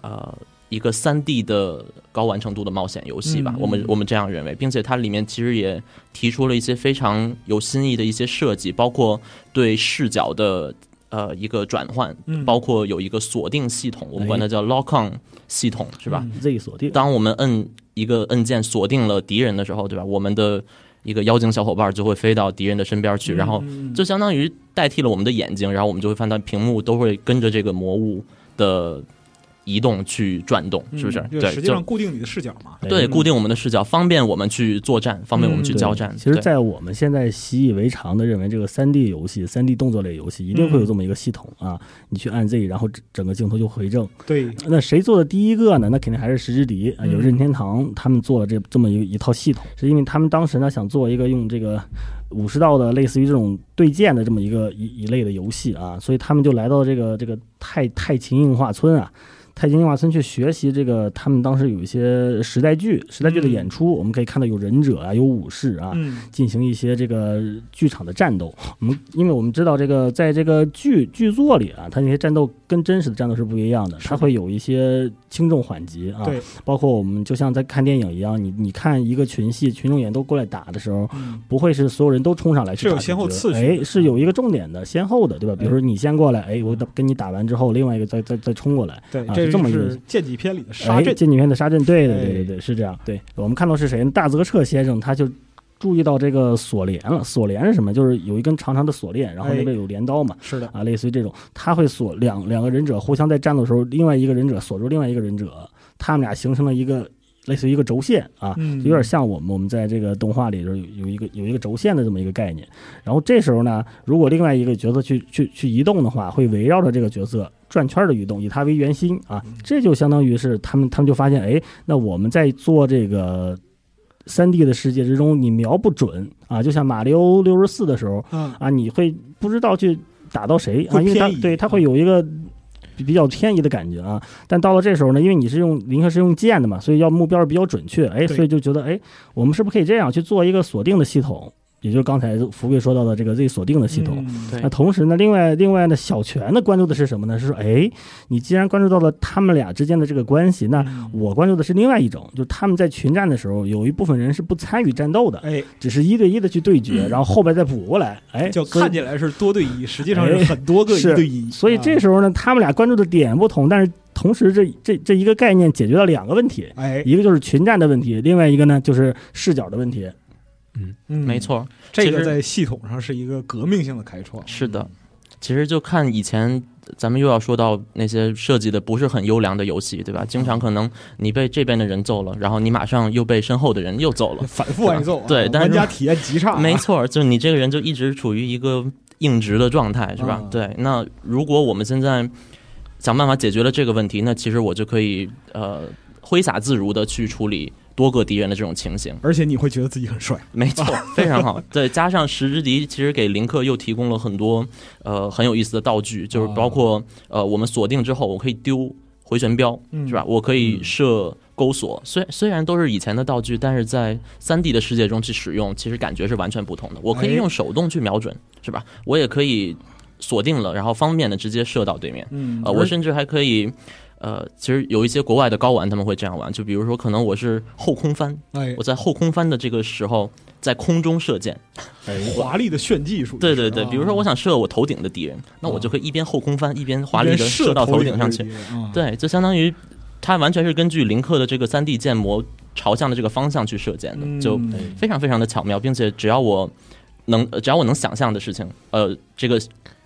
呃。一个三 D 的高完成度的冒险游戏吧，
嗯
我们我们这样认为，并且它里面其实也提出了一些非常有新意的一些设计，包括对视角的呃一个转换，
嗯
包括有一个锁定系统，我们管它叫 lock on 系统，是吧？
嗯
Z 锁定，
当我们摁一个按键锁定了敌人的时候，对吧？我们的一个妖精小伙伴就会飞到敌人的身边去，然后
嗯
就相当于代替了我们的眼睛，然后我们就会看到屏幕都会跟着这个魔物的移动去转动，是不是？
嗯就
对，
实际
就
上固定你的视角嘛，
哎
对，
嗯
固定我们的视角，方便我们去作战，方便我们去
对
交战。
其实，
对
在我们现在习以为常的认为，这个三 D 游戏、三 D 动作类游戏一定会
嗯
有这么一个系统啊，你去按 Z，然后整整个镜头就回正。
对，
那谁做的第一个呢？那肯定还是石之笛啊，
嗯
有任天堂他们做了这这么一一套系统，是因为他们当时呢想做一个用这个武士道的类似于这种对剑的这么一个一一类的游戏啊，所以他们就来到这个这个太太秦映画村啊。太极宁瓦村去学习这个，他们当时有一些时代剧，时代剧的演出，我们可以看到有忍者啊，有武士啊，
嗯
进行一些这个剧场的战斗。我们因为我们知道这个在这个剧剧作里啊，它那些战斗跟真实的战斗是不一样的，
是
它会有一些轻重缓急啊。
对，
包括我们就像在看电影一样，你你看一个群戏，群众演都过来打的时候。
嗯
不会是所有人都冲上来去
是有
打
先
主
后
角
次序
哎，
的啊嗯
是有一个重点的先后的，对吧？比如说你先过来，哎，我打跟你打完之后，另外一个再再再冲过来，
对，
啊
这
是这么一个
是剑戟篇里的杀阵
哎，，剑戟片的杀阵，对的，
哎
对对对，是这样。对我们看到是谁呢？大泽彻先生，他就注意到这个锁链了。锁链是什么？就是有一根长长的锁链，然后
哎
那边有镰刀嘛，
是的，
啊，类似于这种，他会锁两两个忍者互相在战斗的时候，另外一个忍者锁住另外一个忍者，他们俩形成了一个类似于一个轴线啊，
嗯，
有点像我们我们在这个动画里就是有有一个有一个轴线的这么一个概念。然后这时候呢，如果另外一个角色去去去移动的话，会围绕着这个角色转圈的移动，以他为圆心啊，这就相当于是他们他们就发现，哎，那我们在做这个。三 D 的世界之中，你瞄不准啊，就像马里奥六十四的时候
啊，
啊，你会不知道去打到谁啊，
会
因为它
偏移
对它会有一个比比较偏移的感觉啊。但到了这时候呢，因为你是用林克是用剑的嘛，所以要目标是比较准确，哎，
对
所以就觉得哎，我们是不是可以这样去做一个锁定的系统？也就是刚才福贵说到的这个 Z 锁定的系统。
嗯
对
那同时呢，另外另外呢，小泉呢关注的是什么呢？是说，哎，你既然关注到了他们俩之间的这个关系，那
嗯
我关注的是另外一种，就是他们在群战的时候，有一部分人是不参与战斗的，
哎，
只是一对一的去对决，然后后边再补过来，哎，
就
所以
看起来是多对一，实际上哎是很多个一
是
对一，嗯
所以这
是
时候呢，他们俩关注的点不同，但是同时这这这一个概念解决了两个问题，
哎，
一个就是群战的问题，另外一个呢就是视角的问题。
嗯
没，错，
这
其
个
实
在系统上是一个革命性的开创，
是的，其实就看以前。咱们又要说到那些设计的不是很优良的游戏，对吧？经常可能你被这边的人揍了，然后你马上又被身后的人又揍了，
反复挨揍啊，
对但
玩
是
家体验极差啊，
没错，就你这个人就一直处于一个硬直的状态，是吧？
嗯
对。那如果我们现在想办法解决了这个问题，那其实我就可以呃挥洒自如的去处理多个敌人的这种情形。
而且你会觉得自己很帅，
没错，非常好。对，加上十之敌，其实给林克又提供了很多呃很有意思的道具，
哦
就是包括呃我们锁定之后，我可以丢回旋镖，
嗯
是吧？？我可以设钩锁，虽虽然都是以前的道具，但是在三 D 的世界中去使用，其实感觉是完全不同的。我可
哎
以用手动去瞄准，是吧？我也可以锁定了，然后方便的直接射到对面。
嗯
呃，我甚至还可以。呃，其实有一些国外的高玩他们会这样玩，就比如说，可能我是后空翻，
哎
我，在后空翻的这个时候，在空中射箭。
哎华丽的炫技术，
对对对，
啊
比如说我想射我头顶的敌人，那我就可以一边后空翻一边华丽
哦一
的
边
射到头
头
顶上去
的。敌人，啊，
对，就相当于它完全是根据林克的这个三 D 建模朝向的这个方向去射箭的，
嗯
就非常非常的巧妙，并且只要我能，呃只要我能想象的事情，呃，这个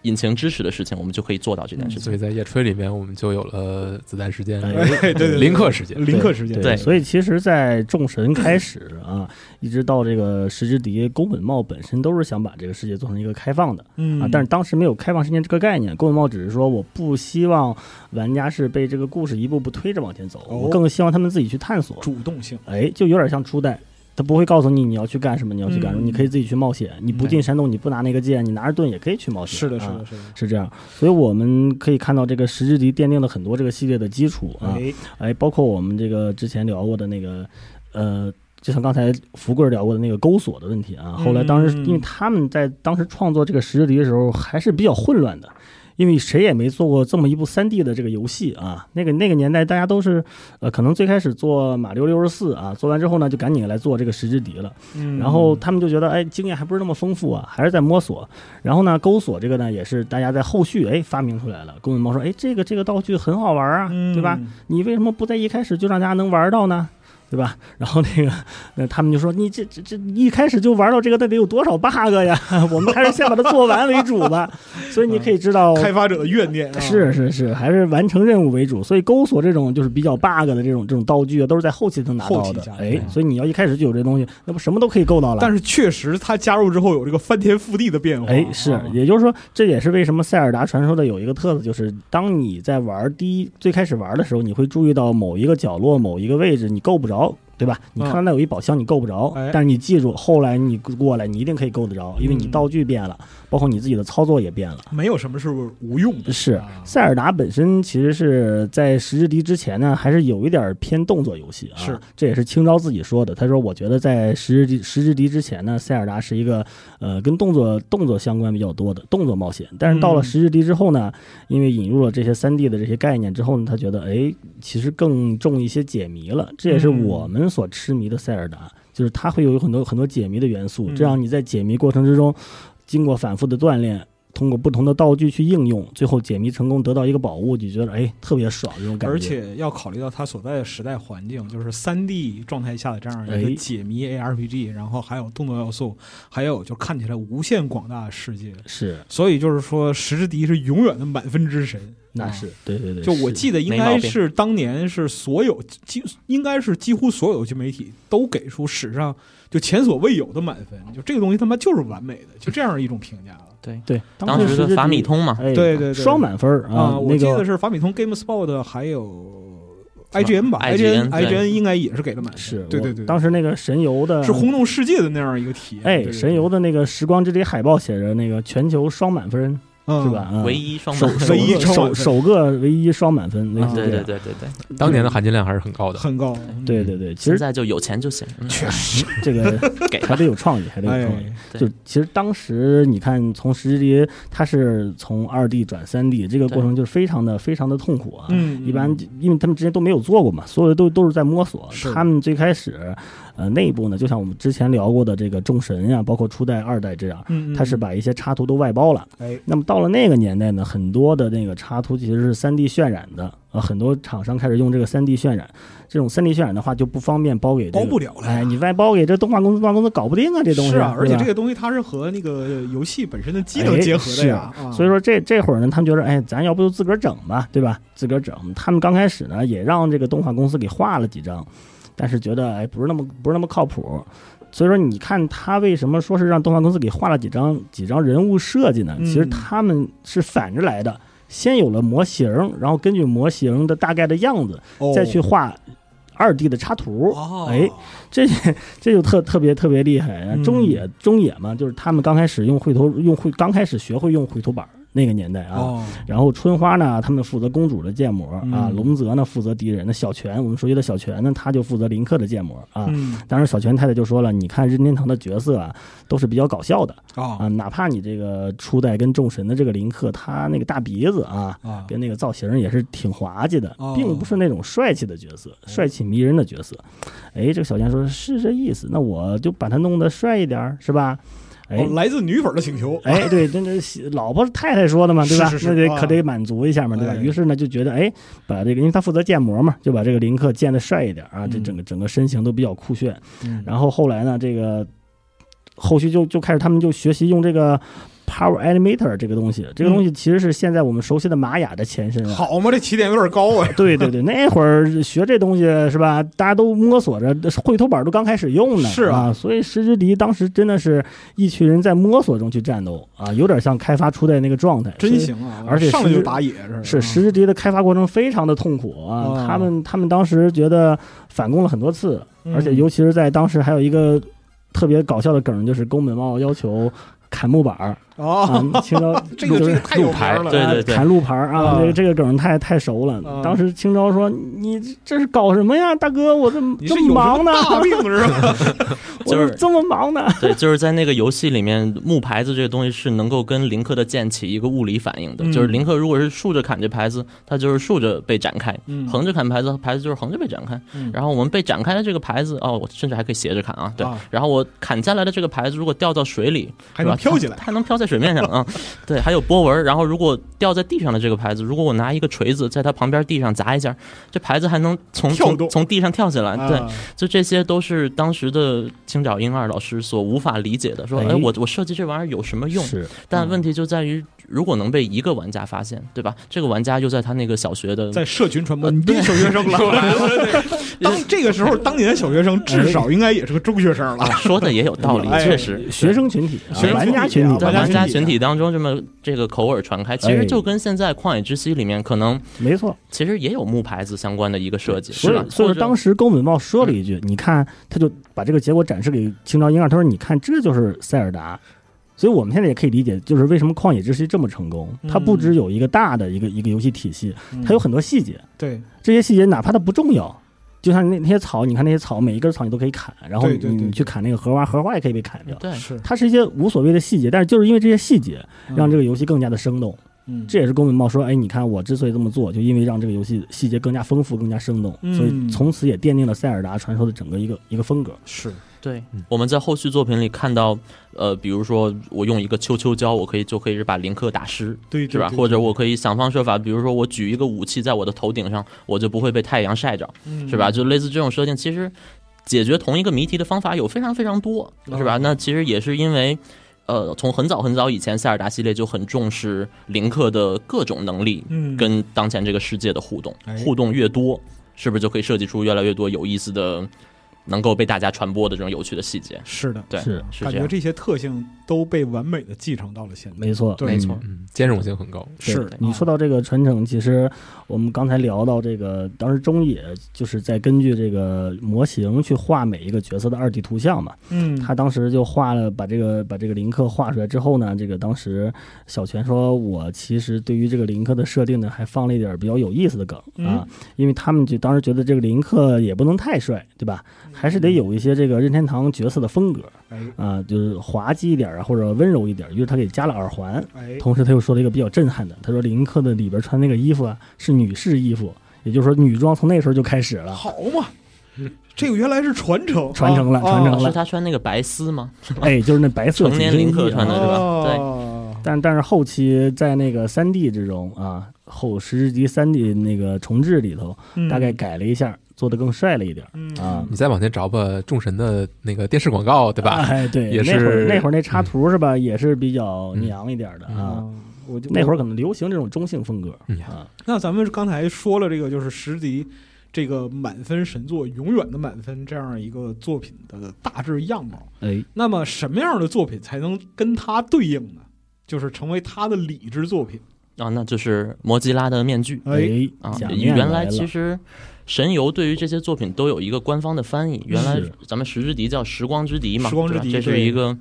引擎支持的事情，我们就可以做到这件事
所
情。
以在夜吹里面，我们就有了子弹时间、
哎
哎，对对，对
林克时间。
林克时间，
对
所以其实，在众神开始啊，
嗯
一直到这个石之笛，宫本茂本身都是想把这个世界做成一个开放的
嗯
啊，但是当时没有开放世界这个概念，宫本茂只是说我不希望玩家是被这个故事一步步推着往前走，
哦嗯
我更希望他们自己去探索。
主动性，
哎，就有点像初代，他不会告诉你你要去干什么，你要去干什
嗯
么，你可以自己去冒险。你不进山洞，你不拿那个剑，你拿着盾也可以去冒险。
是的，是
啊
的，是的，
是这样。所以我们可以看到，这个石之笛奠定了很多这个系列的基础啊。
哎，
哎，包括我们这个之前聊过的那个，呃，就像刚才福贵儿聊过的那个钩锁的问题啊。后来当时，
嗯
因为他们在当时创作这个《石之笛》的时候还是比较混乱的，因为谁也没做过这么一部三 D 的这个游戏啊。那个那个年代，大家都是呃，可能最开始做《马六六十四》啊，做完之后呢，就赶紧来做这个《石之笛》了。
嗯
然后他们就觉得，哎，经验还不是那么丰富啊，还是在摸索。然后呢，钩锁这个呢，也是大家在后续哎发明出来了。宫本茂说，哎，这个这个道具很好玩啊，
嗯
对吧？？你为什么不在一开始就让大家能玩到呢？对吧？然后那个，那他们就说：“你这这这一开始就玩到这个，那得有多少 bug 呀？ 我们还是先把它做完为主吧。”所以你可以知道，
嗯开发者的怨念啊
哦是是是，还是完成任务为主。所以钩锁这种就是比较 bug 的这种这种道具啊，都是在后期能拿到
后期
的
加。的
哎，所以你要一开始就有这东西，那不什么都可以够到了。
但是确实，它加入之后有这个翻天覆地的变化。
哎，是
啊，
也就是说，这也是为什么塞尔达传说的有一个特色，就是当你在玩第一最开始玩的时候，你会注意到某一个角落、某一个位置你够不着，对吧？你看那有一宝箱，你够不着
嗯哎，
但是你记住，后来你过来，你一定可以够得着，因为你
嗯
道具变了，包括你自己的操作也变了。
没有什么是无用的。
是
啊
塞尔达本身其实是在《十之敌》之前呢，还是有一点儿偏动作游戏啊。
是，
这也是青招自己说的。他说：“我觉得在《十之敌》《十之敌》之前呢，塞尔达是一个呃跟动作动作相关比较多的动作冒险。但是到了
嗯
《十之敌》之后呢，因为引入了这些三 D 的这些概念之后呢，他觉得哎，其实更重一些解谜了。这也是
嗯
我们所痴迷的塞尔达，就是它会有很多很多解谜的元素，
嗯
这样你在解谜过程之中，经过反复的锻炼。”通过不同的道具去应用，最后解谜成功得到一个宝物，就觉得哎特别爽这种感觉。
而且要考虑到它所在的时代环境，就是三 D 状态下的这样一
哎
个解谜 ARPG，、然后还有动作要素，还有就看起来无限广大的世界。
是，
所以就是说，石之敌是永远的满分之神。
那
啊
是、对对对，
就我
是
记得应
没
该
毛病
是当年是所有几应该是几乎所有新媒体都给出史上就前所未有的满分，就这个东西他妈就是完美的，就这样一种评价了。
对
当时
嗯时
的法米，通啊嘛，
哎，
对对对
双满分儿
啊，我
那
记得
个
是法米通 GameSpot 还有 IGN 吧
IGN 对
IGN 应该也是给了满分，
是
对
我
对对，
当时那个神游的
是轰动世界的那样一个体验。对
哎
对对
神游的那个《时光之旅》海报写着那个全球双满分
嗯
是吧？嗯
唯一双
首
满
首
唯一
个
双满分
首首个唯一双满分，类
啊
似
对
这
对
样
对对对，
当年的含金量还是很高的。
很高，
对对
嗯
对，其
现
实
在就有钱就行，嗯
确 实，
这个
给
还
吧
得。有创意，还得有创意。
哎，
对
就其实当时你看，从实际它是从二 D 转三 D，这个过程就是非常的非常的痛苦啊。
嗯，
一般因为他们之前都没有做过嘛，所有的都都是在摸索。
是
他们最开始，呃，内部呢，就像我们之前聊过的这个众神呀、包括初代、二代这样，
嗯，嗯
它是把一些插图都外包了。
哎，
那么到了那个年代呢，很多的那个插图其实是三 D 渲染的，呃，很多厂商开始用这个三 D 渲染。这种三 D 渲染的话，就不方便包给、这个、
包不了了呀
哎，你外包给这动画公司，动画公司搞不定啊，这东西
是啊，而
对
且
吧
这个东西它是和那个游戏本身的机能结合的呀，啊
哎所以说这这会儿呢，他们觉得，哎，咱要不就自个儿整吧，对吧？自个儿整。他们刚开始呢，也让这个动画公司给画了几张，但是觉得，哎，不是那么不是那么靠谱。所以说，你看他为什么说是让动画公司给画了几张几张人物设计呢？
嗯
其实他们是反着来的，先有了模型，然后根据模型的大概的样子，
哦
再去画二 D 的插图。
哦，
哎，这这就特特别特别厉害。
嗯
中野中野嘛，就是他们刚开始用绘图用绘，刚开始学会用绘图板儿那个年代啊。
哦，
然后春花呢，他们负责公主的建模啊，
嗯
龙泽呢负责敌人，那小泉我们熟悉的小泉呢，他就负责林克的建模啊。
嗯，
当时小泉太太就说了，你看任天堂的角色啊，都是比较搞笑的啊，
哦，
哪怕你这个初代跟众神的这个林克，他那个大鼻子啊，
啊，
跟那个造型也是挺滑稽的
哦，
并不是那种帅气的角色，帅气迷人的角色。哎，这个小燕说是这意思，那我就把他弄得帅一点儿，是吧？哎
哦，来自女粉的请求，
哎，对，那那媳老婆太太说的嘛，对吧？
是是是
那得
啊
可得满足一下嘛，对吧？
哎
于是呢，就觉得哎，把这个，因为他负责建模嘛，就把这个林克建的帅一点啊，这
嗯
整个整个身形都比较酷炫。
嗯
然后后来呢，这个后续就就开始他们就学习用这个 Power Animator 这个东西，这个
嗯
东西其实是现在我们熟悉的玛雅的前身啊。
好嘛，这起点有点高 啊，
对对对，那会儿学这东西是吧？大家都摸索着，绘图板都刚开始用呢，
是啊
啊所以石之敌当时真的是一群人在摸索中去战斗啊，有点像开发初代那个状态，
真
所以。
行啊，
而且
上来就是打野是吧
是石之敌的开发过程非常的痛苦啊，
哦
他们他们当时觉得反攻了很多次，
嗯
而且尤其是在当时还有一个特别搞笑的梗，就是宫本茂要求砍木板儿啊
哦，，
青椒
这个
就
这
是
个太有名
牌
了，
对对
砍路牌儿啊，
啊
这个这个梗太太熟了。
啊
当时青招说：“你这是搞什么呀，大哥？我这么
你
这
是
么
有
忙
什
呢
么，大病是吧？
我
就是
这么忙呢。
对，就是在那个游戏里面，木牌子这个东西是能够跟林克的剑起一个物理反应的。
嗯
就是林克如果是竖着砍这牌子，它就是竖着被展开；
嗯
横着砍牌子，牌子就是横着被展开。
嗯
然后我们被展开的这个牌子，哦，我甚至还可以斜着砍啊。对，
啊
然后我砍下来的这个牌子，如果掉到水里，
还能
是吧
飘起来
它还能飘在水面上 啊。对，还有波纹儿。然后如果掉在地上的这个牌子，如果我拿一个锤子在它旁边地上砸一下，这牌子还能从
跳动
从从地上跳起来。对，
啊
就这些都是当时的青沼英二老师所无法理解的，说：“
哎
哎，我我设计这玩意儿有什么用？”
是
但问题就在于，如果能被一个玩家发现，对吧？这个玩家又在他那个小学的
在社群传播，你别小学 生了。 当这个时候，当年的小学生至少应该也是个中学生 了。
啊说的也有道理，
哎
确实。
学生群体、啊
学生群体
玩家群体
对
在
吧，
玩家群
群体
体当中，这么这个口耳传开，其
哎
实就跟现在《旷野之息》里面可能
没错。
其实也有木牌子相关的一个设计，
所
吧
以，？所以
或
说
者
当时宫本茂说了一句：“你看，他就把这个结果展示给清朝英二，他说：‘你看，这就是塞尔达。’所以我们现在也可以理解，就是为什么《旷野之息》这么成功。它不只有一个大的一个一个游戏体系，它有很多细节，
嗯对
这些细节哪怕它不重要，就像那那些草，你看那些草，每一根草你都可以砍，然后
对
你
对对
你
对
去砍那个荷花，荷花也可以被砍掉。
对，
是嗯
它是一些无所谓的细节，但是就是因为这些细节，让
个
这个游戏更加的生动。
嗯
这也是宫本茂说，哎，你看我之所以这么做，就因为让这个游戏细节更加丰富、更加生动，
嗯
所以从此也奠定了塞尔达传说的整个一个一个风格。
是
对
嗯，
我们在后续作品里看到，呃，比如说我用一个秋秋胶，我可以就可以把林克打湿，
对
是吧？或者我可以想方设法，比如说我举一个武器在我的头顶上，我就不会被太阳晒着，
嗯
是吧？？就类似这种设定，其实解决同一个谜题的方法有非常非常多，是
啊
吧？那其实也是因为。呃，从很早很早以前，塞尔达系列就很重视林克的各种能力
嗯，
跟当前这个世界的互动
哎，
互动越多，是不是就可以设计出越来越多有意思的、能够被大家传播的这种有趣的细节？
是的，
对，
是
是
感
这
觉
样，
这些特性都被完美的继承到了现在。
哦没错，
对没
错
嗯，兼容性很高。
对
是的
你说到这个传承，其实我们刚才聊到这个，当时中野就是在根据这个模型去画每一个角色的二 D 图像嘛。
嗯，
他当时就画了，把这个把这个林克画出来之后呢，这个当时小泉说，我其实对于这个林克的设定呢，还放了一点比较有意思的梗啊
嗯，
因为他们就当时觉得这个林克也不能太帅，对吧？还是得有一些这个任天堂角色的风格
哎
啊，就是滑稽一点啊，或者温柔一点。于是他给加了耳环，
哎，
同时他又说了一个比较震撼的，他说林克的里边穿那个衣服啊是女士衣服，也就是说女装从那时候就开 始了。
好 嘛，这个原来是传承，
传承了
啊
传承了
是他穿那个白丝吗？
哎，就是那白色
成年
紧身
林克
衣啊
穿的是吧对
哦
但但是后期在那个三 D 之中啊，后《十之敌三 D》那个重置里头，
嗯
大概改了一下，做的更帅了一点儿
嗯
啊
你再往前找吧，众神的那个电视广告，对吧？
哎，对，
也
那会儿
是
那会儿那
嗯
插图是吧，也是比较娘一点儿的啊。
啊，我
嗯
就
那会儿可能流行这种中性风格
嗯
啊，
那咱们刚才说了这个就是十级这个满分神作永远的满分这样一个作品的大致样貌，
哎，
那么什么样的作品才能跟它对应呢？就是成为它的理智作品。
啊，那就是摩吉拉的面具
哎，
啊
假。面
原来
了
其实神游对于这些作品都有一个官方的翻译，原来
是
咱们时之敌叫时光之敌嘛，
时光之
对吧
敌
这是
对
一个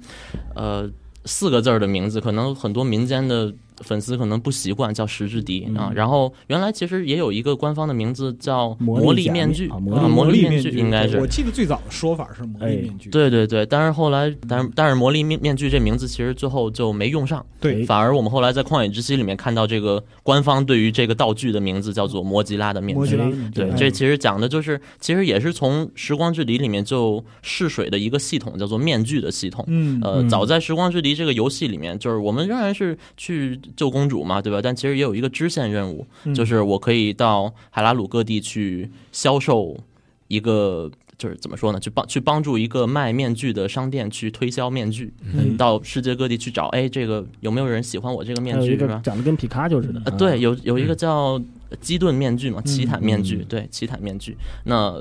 呃四个字儿的名字，可能很多民间的粉丝可能不习惯叫时之敌啊
嗯。
然后原来其实也有一个官方的名字叫
魔力
魔力
假
面
面
具
啊魔力
啊，魔
力
面
具
应该
对我
是。
记得最早的说法是魔力
哎
面具。
对对对，但是后来，但是但是魔力面面具这名字其实最后就没用上，
对
哎
反而我们后来在《旷野之息》里面看到这个官方对于这个道具的名字叫做摩吉拉的面
摩吉。
具
拉的面具
嗯
对，
哎
这其实讲的就是，其实也是从《时光之笛》里面就试水的一个系统，叫做面具的系统。
嗯
呃，
嗯
早在《时光之笛》这个游戏里面，就是我们仍然是去救公主嘛，对吧？但其实也有一个支线任务，
嗯
呃就是我可以到海拉鲁各地去销售一个，就是怎么说呢？去帮去帮助一个卖面具的商店去推销面具，
嗯
到世界各地去找，哎，这个有没有人喜欢我这个
还
面
有
具
一
是
个
吧？
长得跟皮卡丘似的
呃，
啊，
对，有有一个叫呃基顿面具嘛，奇
嗯
坦面具，
嗯
对，奇坦面具。那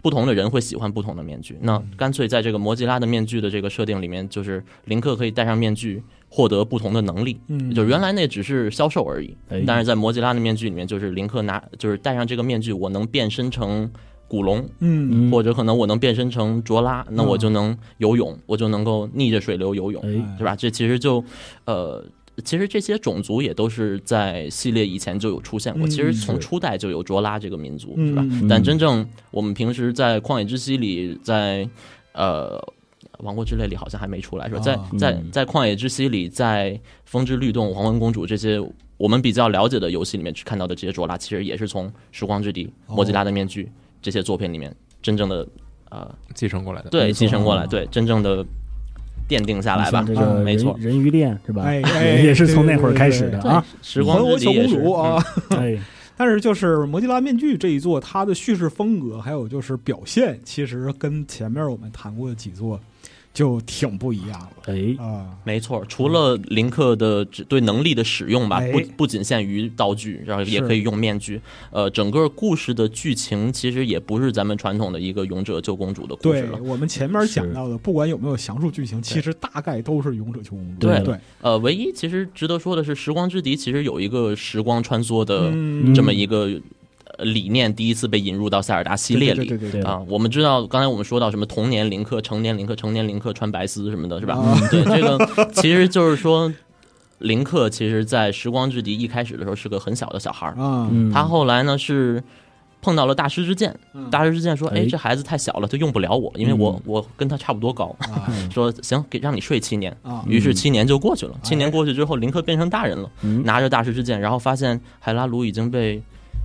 不同的人会喜欢不同的面具。那
嗯
干脆在这个摩吉拉的面具的这个设定里面，就是林克可以戴上面具，获得不同的能力。
嗯
就原来那只是销售而已
哎，
但是在摩吉拉的面具里面，就是林克拿，就是戴上这个面具，我能变身成古龙，
嗯
嗯，
或者可能我能变身成卓拉，那我
嗯
就能游泳，我就能够逆着水流游泳。
哎，
对吧？这其实嗯就，呃，其实这些种族也都是在系列以前就有出现过，
嗯
其实从
是
初代就有卓拉这个民族，是吧？
嗯
嗯
但真正我们平时在《旷野之息》里，在呃。王国之泪里好像还没出来，是吧？在
啊
在
嗯
在旷野之息里，在《风之律动》《黄昏公主》这些我们比较了解的游戏里面看到的这些卓拉，其实也是从《时光之笛》《
哦
莫吉拉的面具》这些作品里面真正的呃，
继承过来的。
没
对，
错
继承过来，
啊
对，真正的奠定下来吧
像。这个
嗯
没错
人人鱼恋是吧？
哎，
也是从那会儿开始的
对
啊，
时
还
光
我
之
小
笛也
公
是嗯
主啊！
哎，
但是就是《摩吉拉面具》这一座，它的叙事风格还有就是表现，其实跟前面我们谈过的几座就挺不一样了
哎，
啊。
没错，除了林克的只对能力的使用吧，
哎
不不仅限于道具，然后也
是
可以用面具。呃，整个故事的剧情其实也不是咱们传统的一个勇者救公主的故事
对
了。
我们前面讲到的，不管有没有详述剧情，其实大概都是勇者求公主。
对
对，
呃，唯一其实值得说的是，《时光之笛》其实有一个时光穿梭的
嗯
这么一个呃理念，第一次被引入到塞尔达系列
对
里。
对对对对，
啊，我们知道，刚才我们说到什么童年林克、成年林克、成年林克穿白丝什么的，是吧？
啊
对，这个其实就是说，林克其实在《时光之笛》一开始的时候是个很小的小孩儿，
啊，
嗯
他后来呢是碰到了大师之剑，
嗯
大师之剑说：“
哎
哎，这孩子太小了，他用不了我，因为我、我跟他差不多高。
啊
说行，给让你睡七年。
啊
于是七年就过去了。七
哎
年过去之后，林克变成大人了，
嗯
拿着大师之剑，然后发现海拉鲁已经被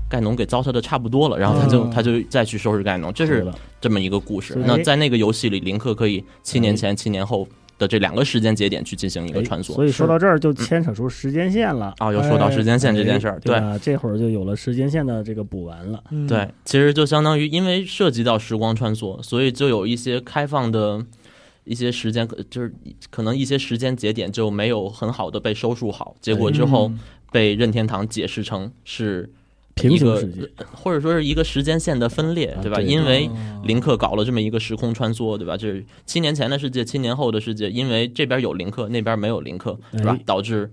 盖农给糟蹋的差不多了，然后他就、
嗯
他就再去收拾盖农，这
是
是
的，
这么一个故事
是。
那在那个游戏里，林克可以七年前、七年后的这两个时间节点去进行一个
哎
穿梭。
所以说到这哎儿就牵扯出时间线了。
啊，又说到时间线这件事儿，对，
吧？这会儿就有了时间线的这个补完了。
嗯
对，其实就相当于因为涉及到时光穿梭，所以就有一些开放的一些时间，就是可能一些时间节点就没有很好的被收束好，结果之后
嗯
被任天堂解释成是
平
一
行
个呃
世界，
或者说是一个时间线的分裂
啊，
对吧？
对
因为
啊
林克搞了这么一个时空穿梭，对吧？就是七年前的世界，七年后的世界，因为这边有林克，那边没有林克，对吧
哎？
导致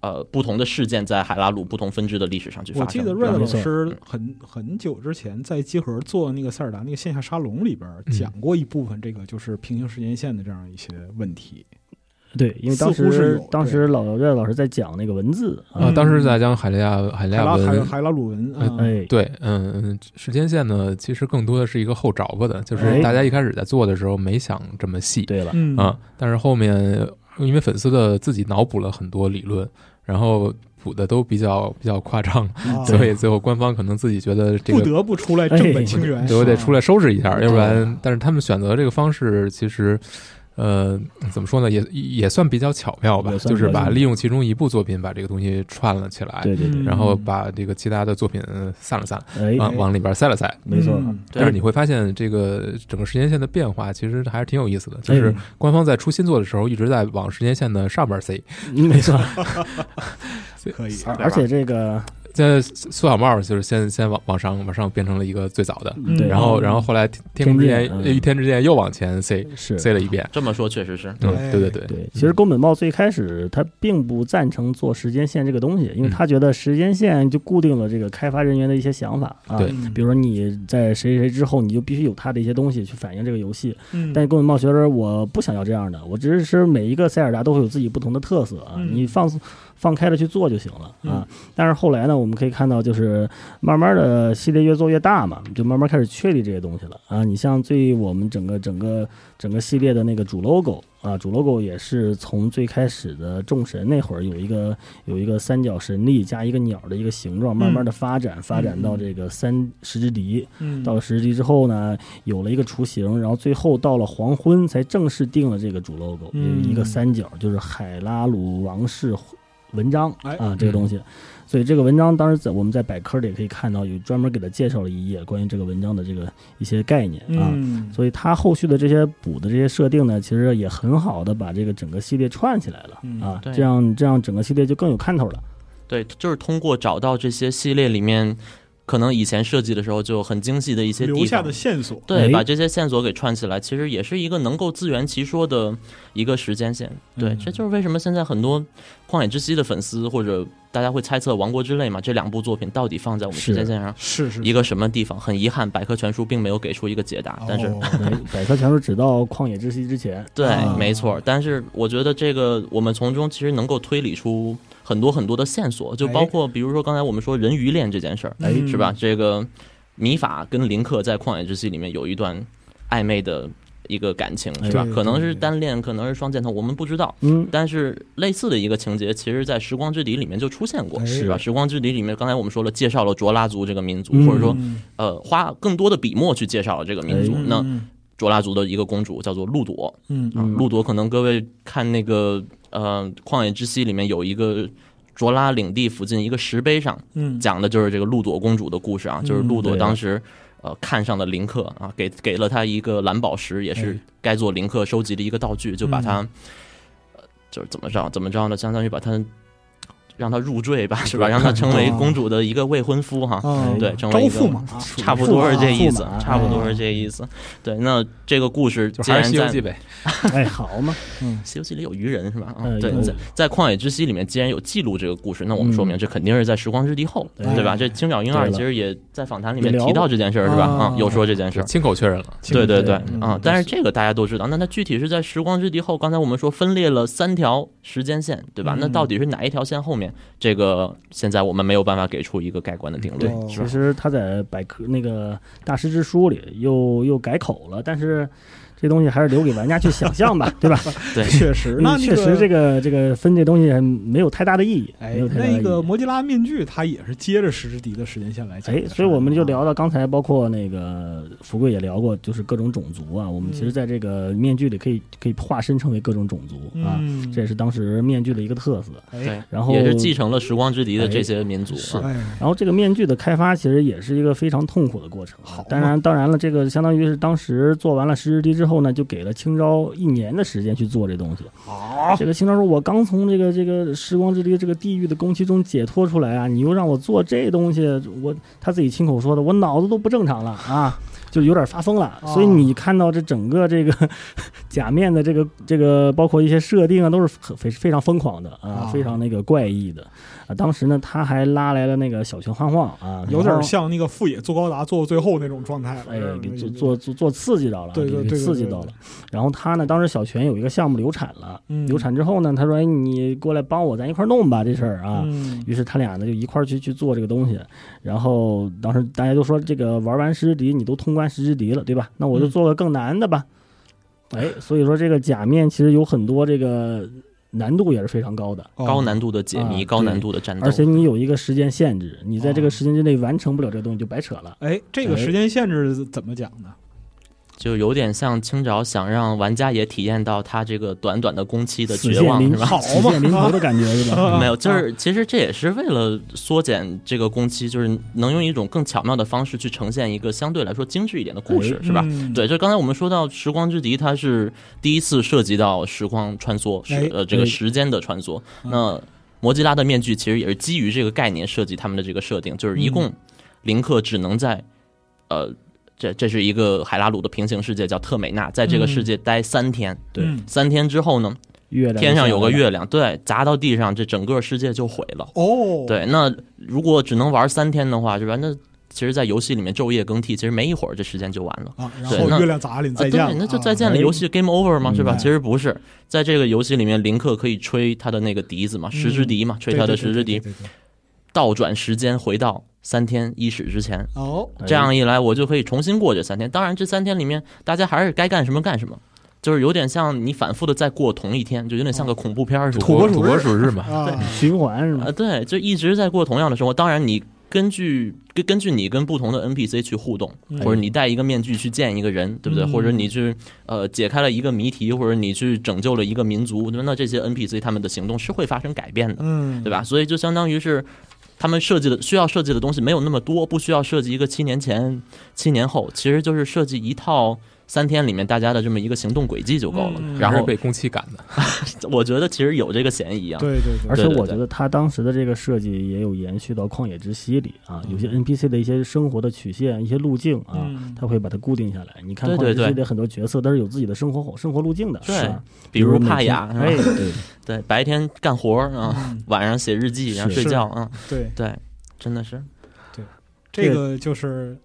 呃不同的事件在海拉鲁不同分支的历史上去发
我
生。
记得
对吧
Red 老
没错
师很很久之前在集合做那个塞尔达那个线下沙龙里边儿
嗯
讲过一部分这个就是平行时间线的这样一些问题
对，因为当
似乎是有
时
对
当时老岳老师在讲那个文字啊，
啊，当时在讲海利亚海利
海
亚
拉海
文。
海拉鲁文啊，
哎，
对，嗯，嗯时间线呢，其实更多的是一个后着吧的，就
哎
是大家一开始在做的时候没想这么细，
对了，
嗯
啊，但是后面因为粉丝的自己脑补了很多理论，然后补的都比较比较夸张，
啊
所以最后官方可能自己觉得这
不
个
得不出来正本清源，
哎对我得出
来
来收拾一下，
对
要不然，但是他们选择这个方式其实。呃，怎么说呢？也也算比较巧妙吧，
也算
就是
比较
把
巧
利用其中一部作品把这个东西串了起来，
对对
嗯
对，
然后把这个其他的作品散了散，
哎，
啊
往往里边塞了塞。
没错，
嗯
对
但是你会发现，这个整个时间线的变化其实还是挺有意思的。就是
哎
官方在出新作的时候，一直在往时间线的上边塞，
嗯没错，
可以
而而且这个
现在苏小帽就是先先往往上往上变成了一个最早的，
嗯
对，
然后然后后来天天空之
天
剑
剑嗯
一天之剑又往前塞
是
塞了一遍，
这么说确实是，
嗯，
哎
对对对，
对，其实宫本茂最开始他并不赞成做时间线这个东西，
嗯
因为他觉得时间线就固定了这个开发人员的一些想法啊。
对
嗯
比如说你在谁谁之后，你就必须有他的一些东西去反映这个游戏。
嗯
但宫本茂觉得我不想要这样的，我只是每一个塞尔达都会有自己不同的特色啊，
嗯
你放松放开了去做就行了啊。但是后来呢，我们可以看到，就是慢慢的系列越做越大嘛，就慢慢开始确立这些东西了啊。你像最我们整个整个整个系列的那个主 logo 啊，主 logo 也是从最开始的众神那会儿有一个有一个三角神力加一个鸟的一个形状，慢慢的发展、发展到这个三十之敌。
嗯
到了十级之后呢，有了一个雏形，然后最后到了黄昏才正式定了这个主 logo，、
嗯
一个三角，就是海拉鲁王室文章
哎
啊，这个东西。所以这个文章当时在我们在百科里也可以看到，有专门给他介绍了一页关于这个文章的这个一些概念啊。
嗯
所以它后续的这些补的这些设定呢，其实也很好的把这个整个系列串起来了、
嗯
啊，
对
这样这样整个系列就更有看头 了。
对，就是通过找到这些系列里面，可能以前设计的时候就很精细的一些
留
地
下
方
的。线索
对，
哎
把这些线索给串起来，其实也是一个能够自圆其说的一个时间线。对，
嗯
这就是为什么现在很多《旷野之息》的粉丝或者大家会猜测《王国之泪》嘛，这两部作品到底放在我们时间线上
是是
一个什么地方？很遗憾，百科全书并没有给出一个解
哦
答。但是，
哎百科全书只到旷野之息之前，
对，
啊
没错。但是我觉得这个我们从中其实能够推理出很多很多的线索，就
哎
包括比如说刚才我们说人鱼恋这件事儿，
哎
是吧？这个米法跟林克在《旷野之息》里面有一段暧昧的一个感情，
哎
是吧
对？
啊可能
对
是
对
单恋，可能是双箭头，我们不知道。
嗯，
但是类似的一个情节，其实，在《时光之笛》里面就出现过，
哎
是吧？《时光之笛》里面，刚才我们说了，介绍了卓拉族这个民族，
嗯
或者说，
嗯
呃，花更多的笔墨去介绍了这个民族。
哎
那
嗯
卓拉族的一个公主叫做露朵，
嗯
啊，露朵可能各位看那个呃《旷野之息》里面有一个卓拉领地附近一个石碑上
嗯
嗯
讲的就是这个露朵公主的故事啊，就是露朵当时呃看上了林克啊，给给了他一个蓝宝石，也是
哎
该做林克收集的一个道具，就把他、
嗯
呃就是怎么着怎么着呢，相当于把他让他入赘吧，是吧？让他成为公主的一个未婚夫哈。
哦
啊，
对，成为
招
一个
驸马，
差不多是
啊
啊
这意思
驸马，
差不多是这意思。对，那这个故事
哎就
既
还是
然
《西游
在
记》
《
呗。
哎，好嘛，
西游记》里有鱼人是吧？啊
嗯，
对
有，嗯
在在《旷野之息》里面既然有记录这个故事，那我们说明这肯定是在时光之地后，
对
对吧？这青鸟婴儿
对了
其实也在访谈里面
也聊
提到这件事儿是吧？
过
啊，有说这件事
是
儿。
亲口确认了，
对对对
嗯，
啊！但是这个大家都知道，那它具体是在时光之地后，刚才我们说分裂了三条时间线，对吧？那
嗯
到底是哪一条线后面？这个现在我们没有办法给出一个盖棺的定论，
哦
是
其
吧？
实他在百科那个大师之书里又又改口了，但是这东西还是留给玩家去想 象吧，对吧？
对，
确实，那
确实这
个。
个这个分这东西还没有太大的意义，
哎
没有，太大的意义。
那个摩吉拉面具，它也是接着石之笛的时间线来讲的
哎，所以我们就聊到刚才，包括那个福贵也聊过，就是各种种族啊。我们其实在这个面具里可以可以化身成为各种种族啊，
嗯，
这也是当时面具的一个特色。
对，
哎然后
也是继承了时光之笛的这些民族
是哦
啊。
哎，
然后这个面具的开发其实也是一个非常痛苦的过程啊。
好嘛
当然，当然了，这个相当于是当时做完了石之笛之后呢，就给了青昭一年的时间去做这东西。
好，
这个青昭说：“我刚从这个这个时光之笛这个地狱的宫崎中解脱出来啊，你又让我做这东西，我他自己亲口说的，我脑子都不正常了 啊，就有点发疯了。
哦
所以你看到这整个这个假面的这个这个，包括一些设定啊，都是很非非常疯狂的啊，
哦
非常那个怪异的啊。当时呢，他还拉来了那个小泉晃晃啊，
有
然
点
后。”
像那个富野做高达做到最后那种状态了，
哎
嗯，
给做做做做刺激到了，啊
对对
给
对对
刺激
对
到了
对。
然后他呢，当时小泉有一个项目流产了，
嗯
流产之后呢，他说：“哎，你过来帮我，咱一块儿弄吧这事儿啊。
嗯
于是他俩呢就一块儿去去做这个东西，然后当时大家就说：“这个玩完十之敌，你都通关十之敌了，对吧？那我就
嗯
做个更难的吧。哎，所以说这个假面其实有很多这个难度也是非常高的，
哦
高难度的解
啊对
谜，高难度的战斗
而，且你有一个时间限制，你在这
哦
个时间之内完成不了这个东西就白扯了。
哎，这个时间限制怎么讲呢？
就有点像清朝想让玩家也体验到他这个短短的工期的
死
绝
线
望，
临
是吧？
头，死线临头的感 觉是吧？
没有，就是其实这也是为了缩减这个工期，就是能用一种更巧妙的方式去呈现一个相对来说精致一点的故事，
哎
是吧？
嗯
对，就刚才我们说到《时光之笛》，它是第一次涉及到时光穿梭，
哎
是呃这个
哎
时间的穿梭。那摩吉拉的面具其实也是基于这个概念设计他们的这个设定，就是一共林克只能在呃。这这是一个海拉鲁的平行世界，叫特美纳，在这个世界待三天。
对
嗯
三天之后呢，
月亮
天上有个
下来了，
月亮，对，砸到地上，这整个世界就毁了。
哦，
对，那如果只能玩三天的话，是吧？那其实，在游戏里面昼夜更替，其实没一会儿这时间就完了。
啊，然
对
后
那
月亮砸了你
啊，
再
对
见了，，
那就再
啊
见了。
哎
游戏 game over 吗？是吧？
嗯
其实不是，在这个游戏里面，林克可以吹他的那个笛子嘛，十支笛嘛，吹他的十支，
嗯对
笛，
对对对对对
倒转时间回到三天伊始之前。
对 哦，
哎
这样一来，我就可以重新过这三天。当然，这三天里面，大家还是该干什么干什么，就是有点像你反复的在过同一天，就有点像个恐怖片儿似的。
土拨鼠日
土拨鼠 日嘛，
啊，
循环是吗
啊，？对，就一直在过同样的生活。当然，你根据根根据你跟不同的 NPC 去互动，
嗯
或者你戴一个面具去见一个人，对不对？
嗯
或者你去呃解开了一个谜题，或者你去拯救了一个民族，那那这些 NPC 他们的行动是会发生改变的，
嗯，
对
吧？
吧？所以就相当于是。他们设计的需要设计的东西没有那么多，不需要设计一个七年前、七年后，其实就是设计一套三天里面大家的这么一个行动轨迹就够了。
嗯
然
还是
后
被宫崎赶的，
我觉得其实有这个嫌疑啊，
对对对
而，且
对对
我
对
觉得他当时的这个设计也有延续到《旷野之息》里啊，有些
嗯
NPC 的一些生活的曲线、一些路径啊，
嗯
他会把它固定下来。你看
对
《旷
对
野之息》
对
里很多角色都是有自己的生活生活路径的，
对
是吧
比如帕雅，是吧
每天哎，对，
对，白天干活儿啊，
嗯
晚上写日记，然后
是
睡觉啊，
对，
对，真的是，
这个就是。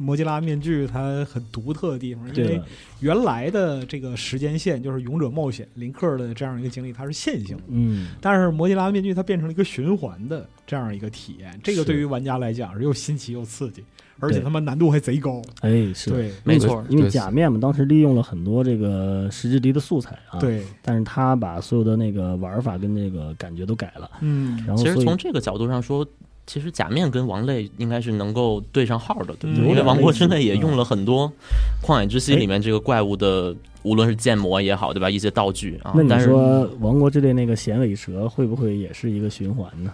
摩吉拉面具它很独特的地 方，因
对
为
了，
原来的这个时间线就是《勇者冒险》林克的这样一个经历，它是线性的。
嗯，
但是摩吉拉面具它变成了一个循环的这样一个体验，这个
是
对于玩家来讲是又新奇又刺激，而且他妈难度还贼高。
哎，是的。
对
没错儿，
因为
对
假面嘛，当时利用了很多这个石之笛的素材啊，，
对，
但是他把所有的那个玩法跟这个感觉都改了，
嗯，
然后
其
所
实
以
从这个角度上说。其实假面跟王类应该是能够对上号的，对
嗯
不对？因
有
为
点
王国
类似嗯
之内也用了很多《旷野之息
哎》
里面这个怪物的，无论是建模也好，对吧？一些道具啊
那，你
但是
说《王国之泪》那个衔尾蛇会不会也是一个循环呢？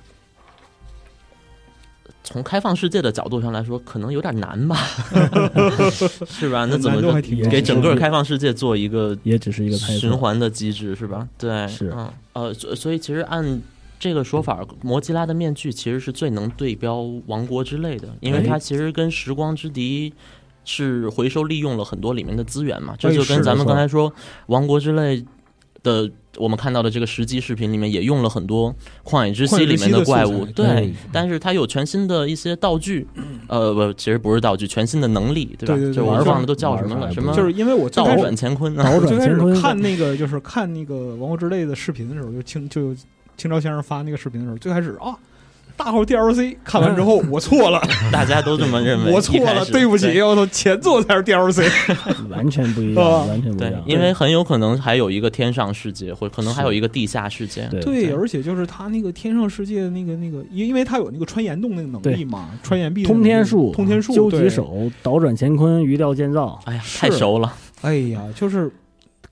从开放世界的角度上来说，可能有点难 吧，是吧？那怎么
难度还
就
挺
高
给整个开放世界做一个
也只是一个拍
循
摄。
环的机制是吧？对，
是
嗯，呃，所所以其实按这个说法，摩吉拉的面具其实是最能对标《王国》之类的，因为
哎
它其实跟《时光之笛》是回收利用了很多里面的资源嘛，这
哎
就是跟咱
没
们
错
刚才说《王国》之类的。我们看到的这个实际视频里面也用了很多《旷野之息
旷野》之
里面
息的素
怪
材哎
物，
对
对，但是它有全新的一些道具，呃，不，其实不是道具，全新的能力，对
对
吧？
对对
就我
玩法
忘了都叫什么
玩
了，
法
什么
就是因为我最
倒
开
转
始
乾坤啊，
倒
最
转
开
乾
始
坤，
看那个就是看那个《王国之泪》的视频的时候，就清就清朝先生发那个视频的时候，最开始啊。大号 DLC 看完之后，我错了，
大家都这么认为，
我错
一开
了，
始
对不起，我操，前作才是 DLC，
完全 不一
啊
样，完全不一
对
样，。
因为很有可能还有一个天上世界，或可能还有一个地下世界。
对
对，而且就是他那个天上世界的那个那个，因因为他有那个穿岩洞那个能力嘛，穿岩壁的
通
能力
天术、啊
通天术、
究极
对。
手、倒转乾坤、鱼料建造，
哎呀，
是
太熟了，
哎呀，就是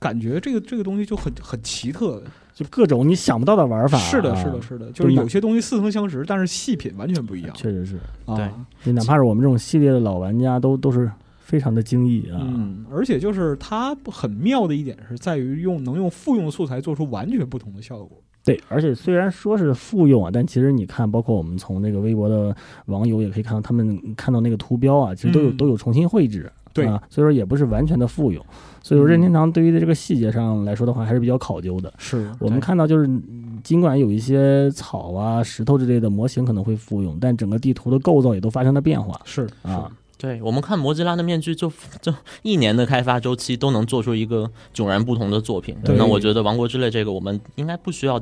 感觉这个这个东西就很很奇特，
就各种你想不到的玩法。
是的，
啊
是的，，是的，就是有些东西似曾相识，但是细品完全不一样
确实是。
对
啊。
你哪怕是我们这种系列的老玩家，都都是非常的惊异啊。
嗯，而且就是它很妙的一点是在于用能用复用素材做出完全不同的效果。
对，而且虽然说是复用啊，但其实你看，包括我们从那个微博的网友也可以看到，他们看到那个图标啊，其实都有、
嗯
都有重新绘制，
对嗯
啊，所以说也不是完全的复用。所以说任天堂对于这个细节上来说的话，还是比较考究的。
是
我们看到就是，嗯尽管有一些草啊、石头之类的模型可能会复用，但整个地图的构造也都发生了变化
是
啊。
对我们看摩吉拉的面具就，就一年的开发周期都能做出一个迥然不同的作品。
对
那我觉得《王国之泪》这个，我们应该不需要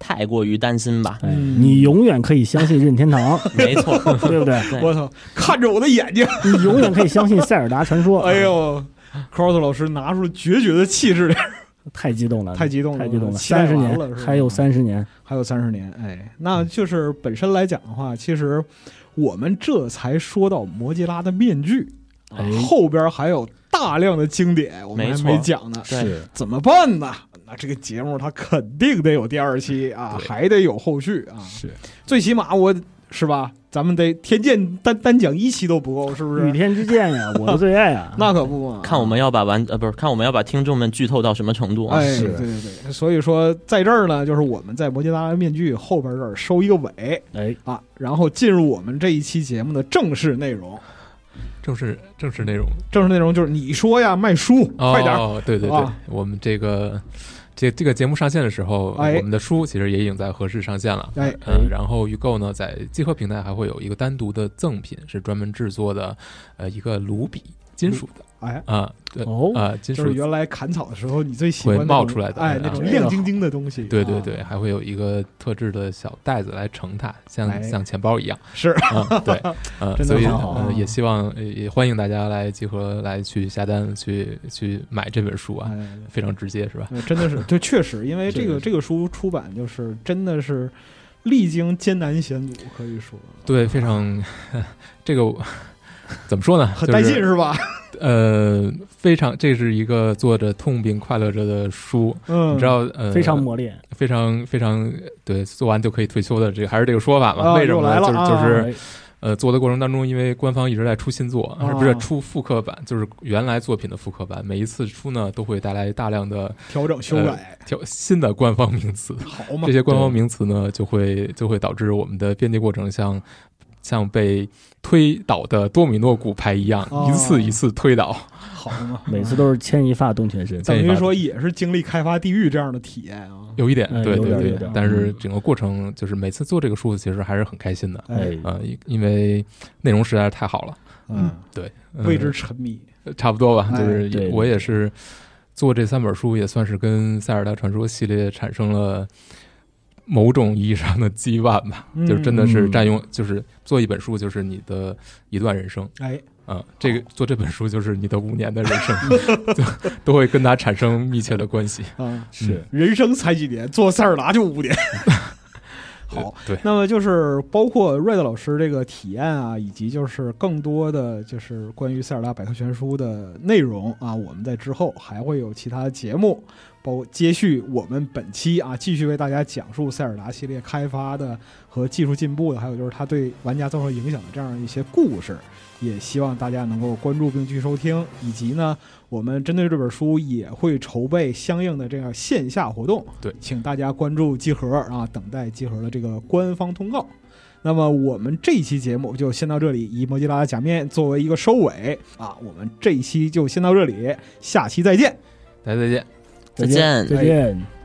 太过于担心 吧？
哎，
嗯
你永远可以相信任天 堂，
没错，
对不对？
对
我操，看着我的眼睛，
你永远可以相信塞尔达传说。啊
哎，呦，Cross 老师拿出了决绝的气质，
太激动了，
太激动了
太激动了！
期待
三十
完了
年，
是吧
还有三十年，
还有三十年，哎，那就是本身来讲的话，其实我们这才说到摩吉拉的面具，
哎
后边还有大量的经典我们还
没
没
错
讲呢，
对
是
怎么办呢？那这个节目它肯定得有第二期啊，
对
还得有后续啊，
是，
最起码我是吧？咱们得天剑单单讲一期都不够，是不
《与
是？！
天之剑》呀，我的最爱啊
那可不嘛！
看我们要把玩呃，不是看我们要把听众们剧透到什么程度啊？
哎，
是
对对对，所以说在这儿呢，就是我们在摩羯拉面具后边这儿收一个尾
哎，
啊，然后进入我们这一期节目的正式内容。
正式正式内容。
正式内容就是你说呀，卖书，
哦，
快点儿！
哦对对对，
啊
我们这个这这个节目上线的时候，
哎
我们的书其实也已经在合适上线了。
哎
嗯，然后预购呢，在集合平台还会有一个单独的赠品，是专门制作的，呃，一个卢比金属的
哎，
啊，对
哦，
啊，金
就
属
是，原来砍草的时候你最喜
会
欢那
冒
种
出来的
哎，
啊
那种
这个
亮
好
晶晶的东西。
对对
啊
对，还会有一个特制的小袋子来盛它，
哎
像像钱包一样。
是
啊， 对，呃，
真的
所以
很好啊
呃也希望呃也欢迎大家来集合来去下单去去买这本书啊，
哎
非常直接是吧？
呃，真的是，就确实，因为这
对
个
对
这个书出版就是真的是历经艰难险阻，可以说
对，非常 这个我怎么说呢？
很
就
带
是
劲是吧？
呃，非常，这是一个做着痛并快乐着的书，
嗯，
你知道，呃，
非常磨练。
非常非常对，做完就可以退休的，这个还是这个说法
啊
吧？为什么呢？
又来了
就是
啊
就是
哎
呃，做的过程当中，因为官方一直在出新作，
啊
不是出复刻版，就是原来作品的复刻版，每一次出呢，都会带来大量的
调整
呃
修改，
挑新的官方名词，
好嘛
这，些官方名词呢，就会就会导致我们的编辑过程像像被推倒的多米诺骨牌一样，
哦
一次一次推倒。
好嘛，
每次都是牵一发动全身。
等
建议
于
吧
说也是经历开发地狱这样的体验啊。
有一点，
嗯
对
有
对
点有
对
点，嗯
但是整个过程就是每次做这个数字，其实还是很开心的，
哎，
呃，因因为内容实在是太好了，
嗯，
对，呃
为之沉迷，
差不多吧，
哎
就是
对
我也是做这三本书，也算是跟《塞尔达传说》系列产生了某种意义上的羁绊吧，
嗯
就是真的是占用，就是做一本书就是你的一段人生
哎，
啊、这个做这本书就是你的五年的人生， 就都会跟它产生密切的关系。
啊，
是
人生才几年，做塞尔达就 五年。好，
对，
那么就是包括瑞德老师这个体验啊，以及就是更多的就是关于塞尔达百科全书的内容啊，我们在之后还会有其他节目，包括接续我们本期啊，继续为大家讲述塞尔达系列开发的和技术进步的，还有就是它对玩家造成影响的这样一些故事。也希望大家能够关注并继续收听，以及呢，我们针对这本书也会筹备相应的这样线下活动。
对
请大家关注集合啊，等待集合的这个官方通告。那么我们这一期节目就先到这里，以摩吉拉的假面作为一个收尾啊，我们这一期就先到这里，下期再见。
大家再见。
再见
再见。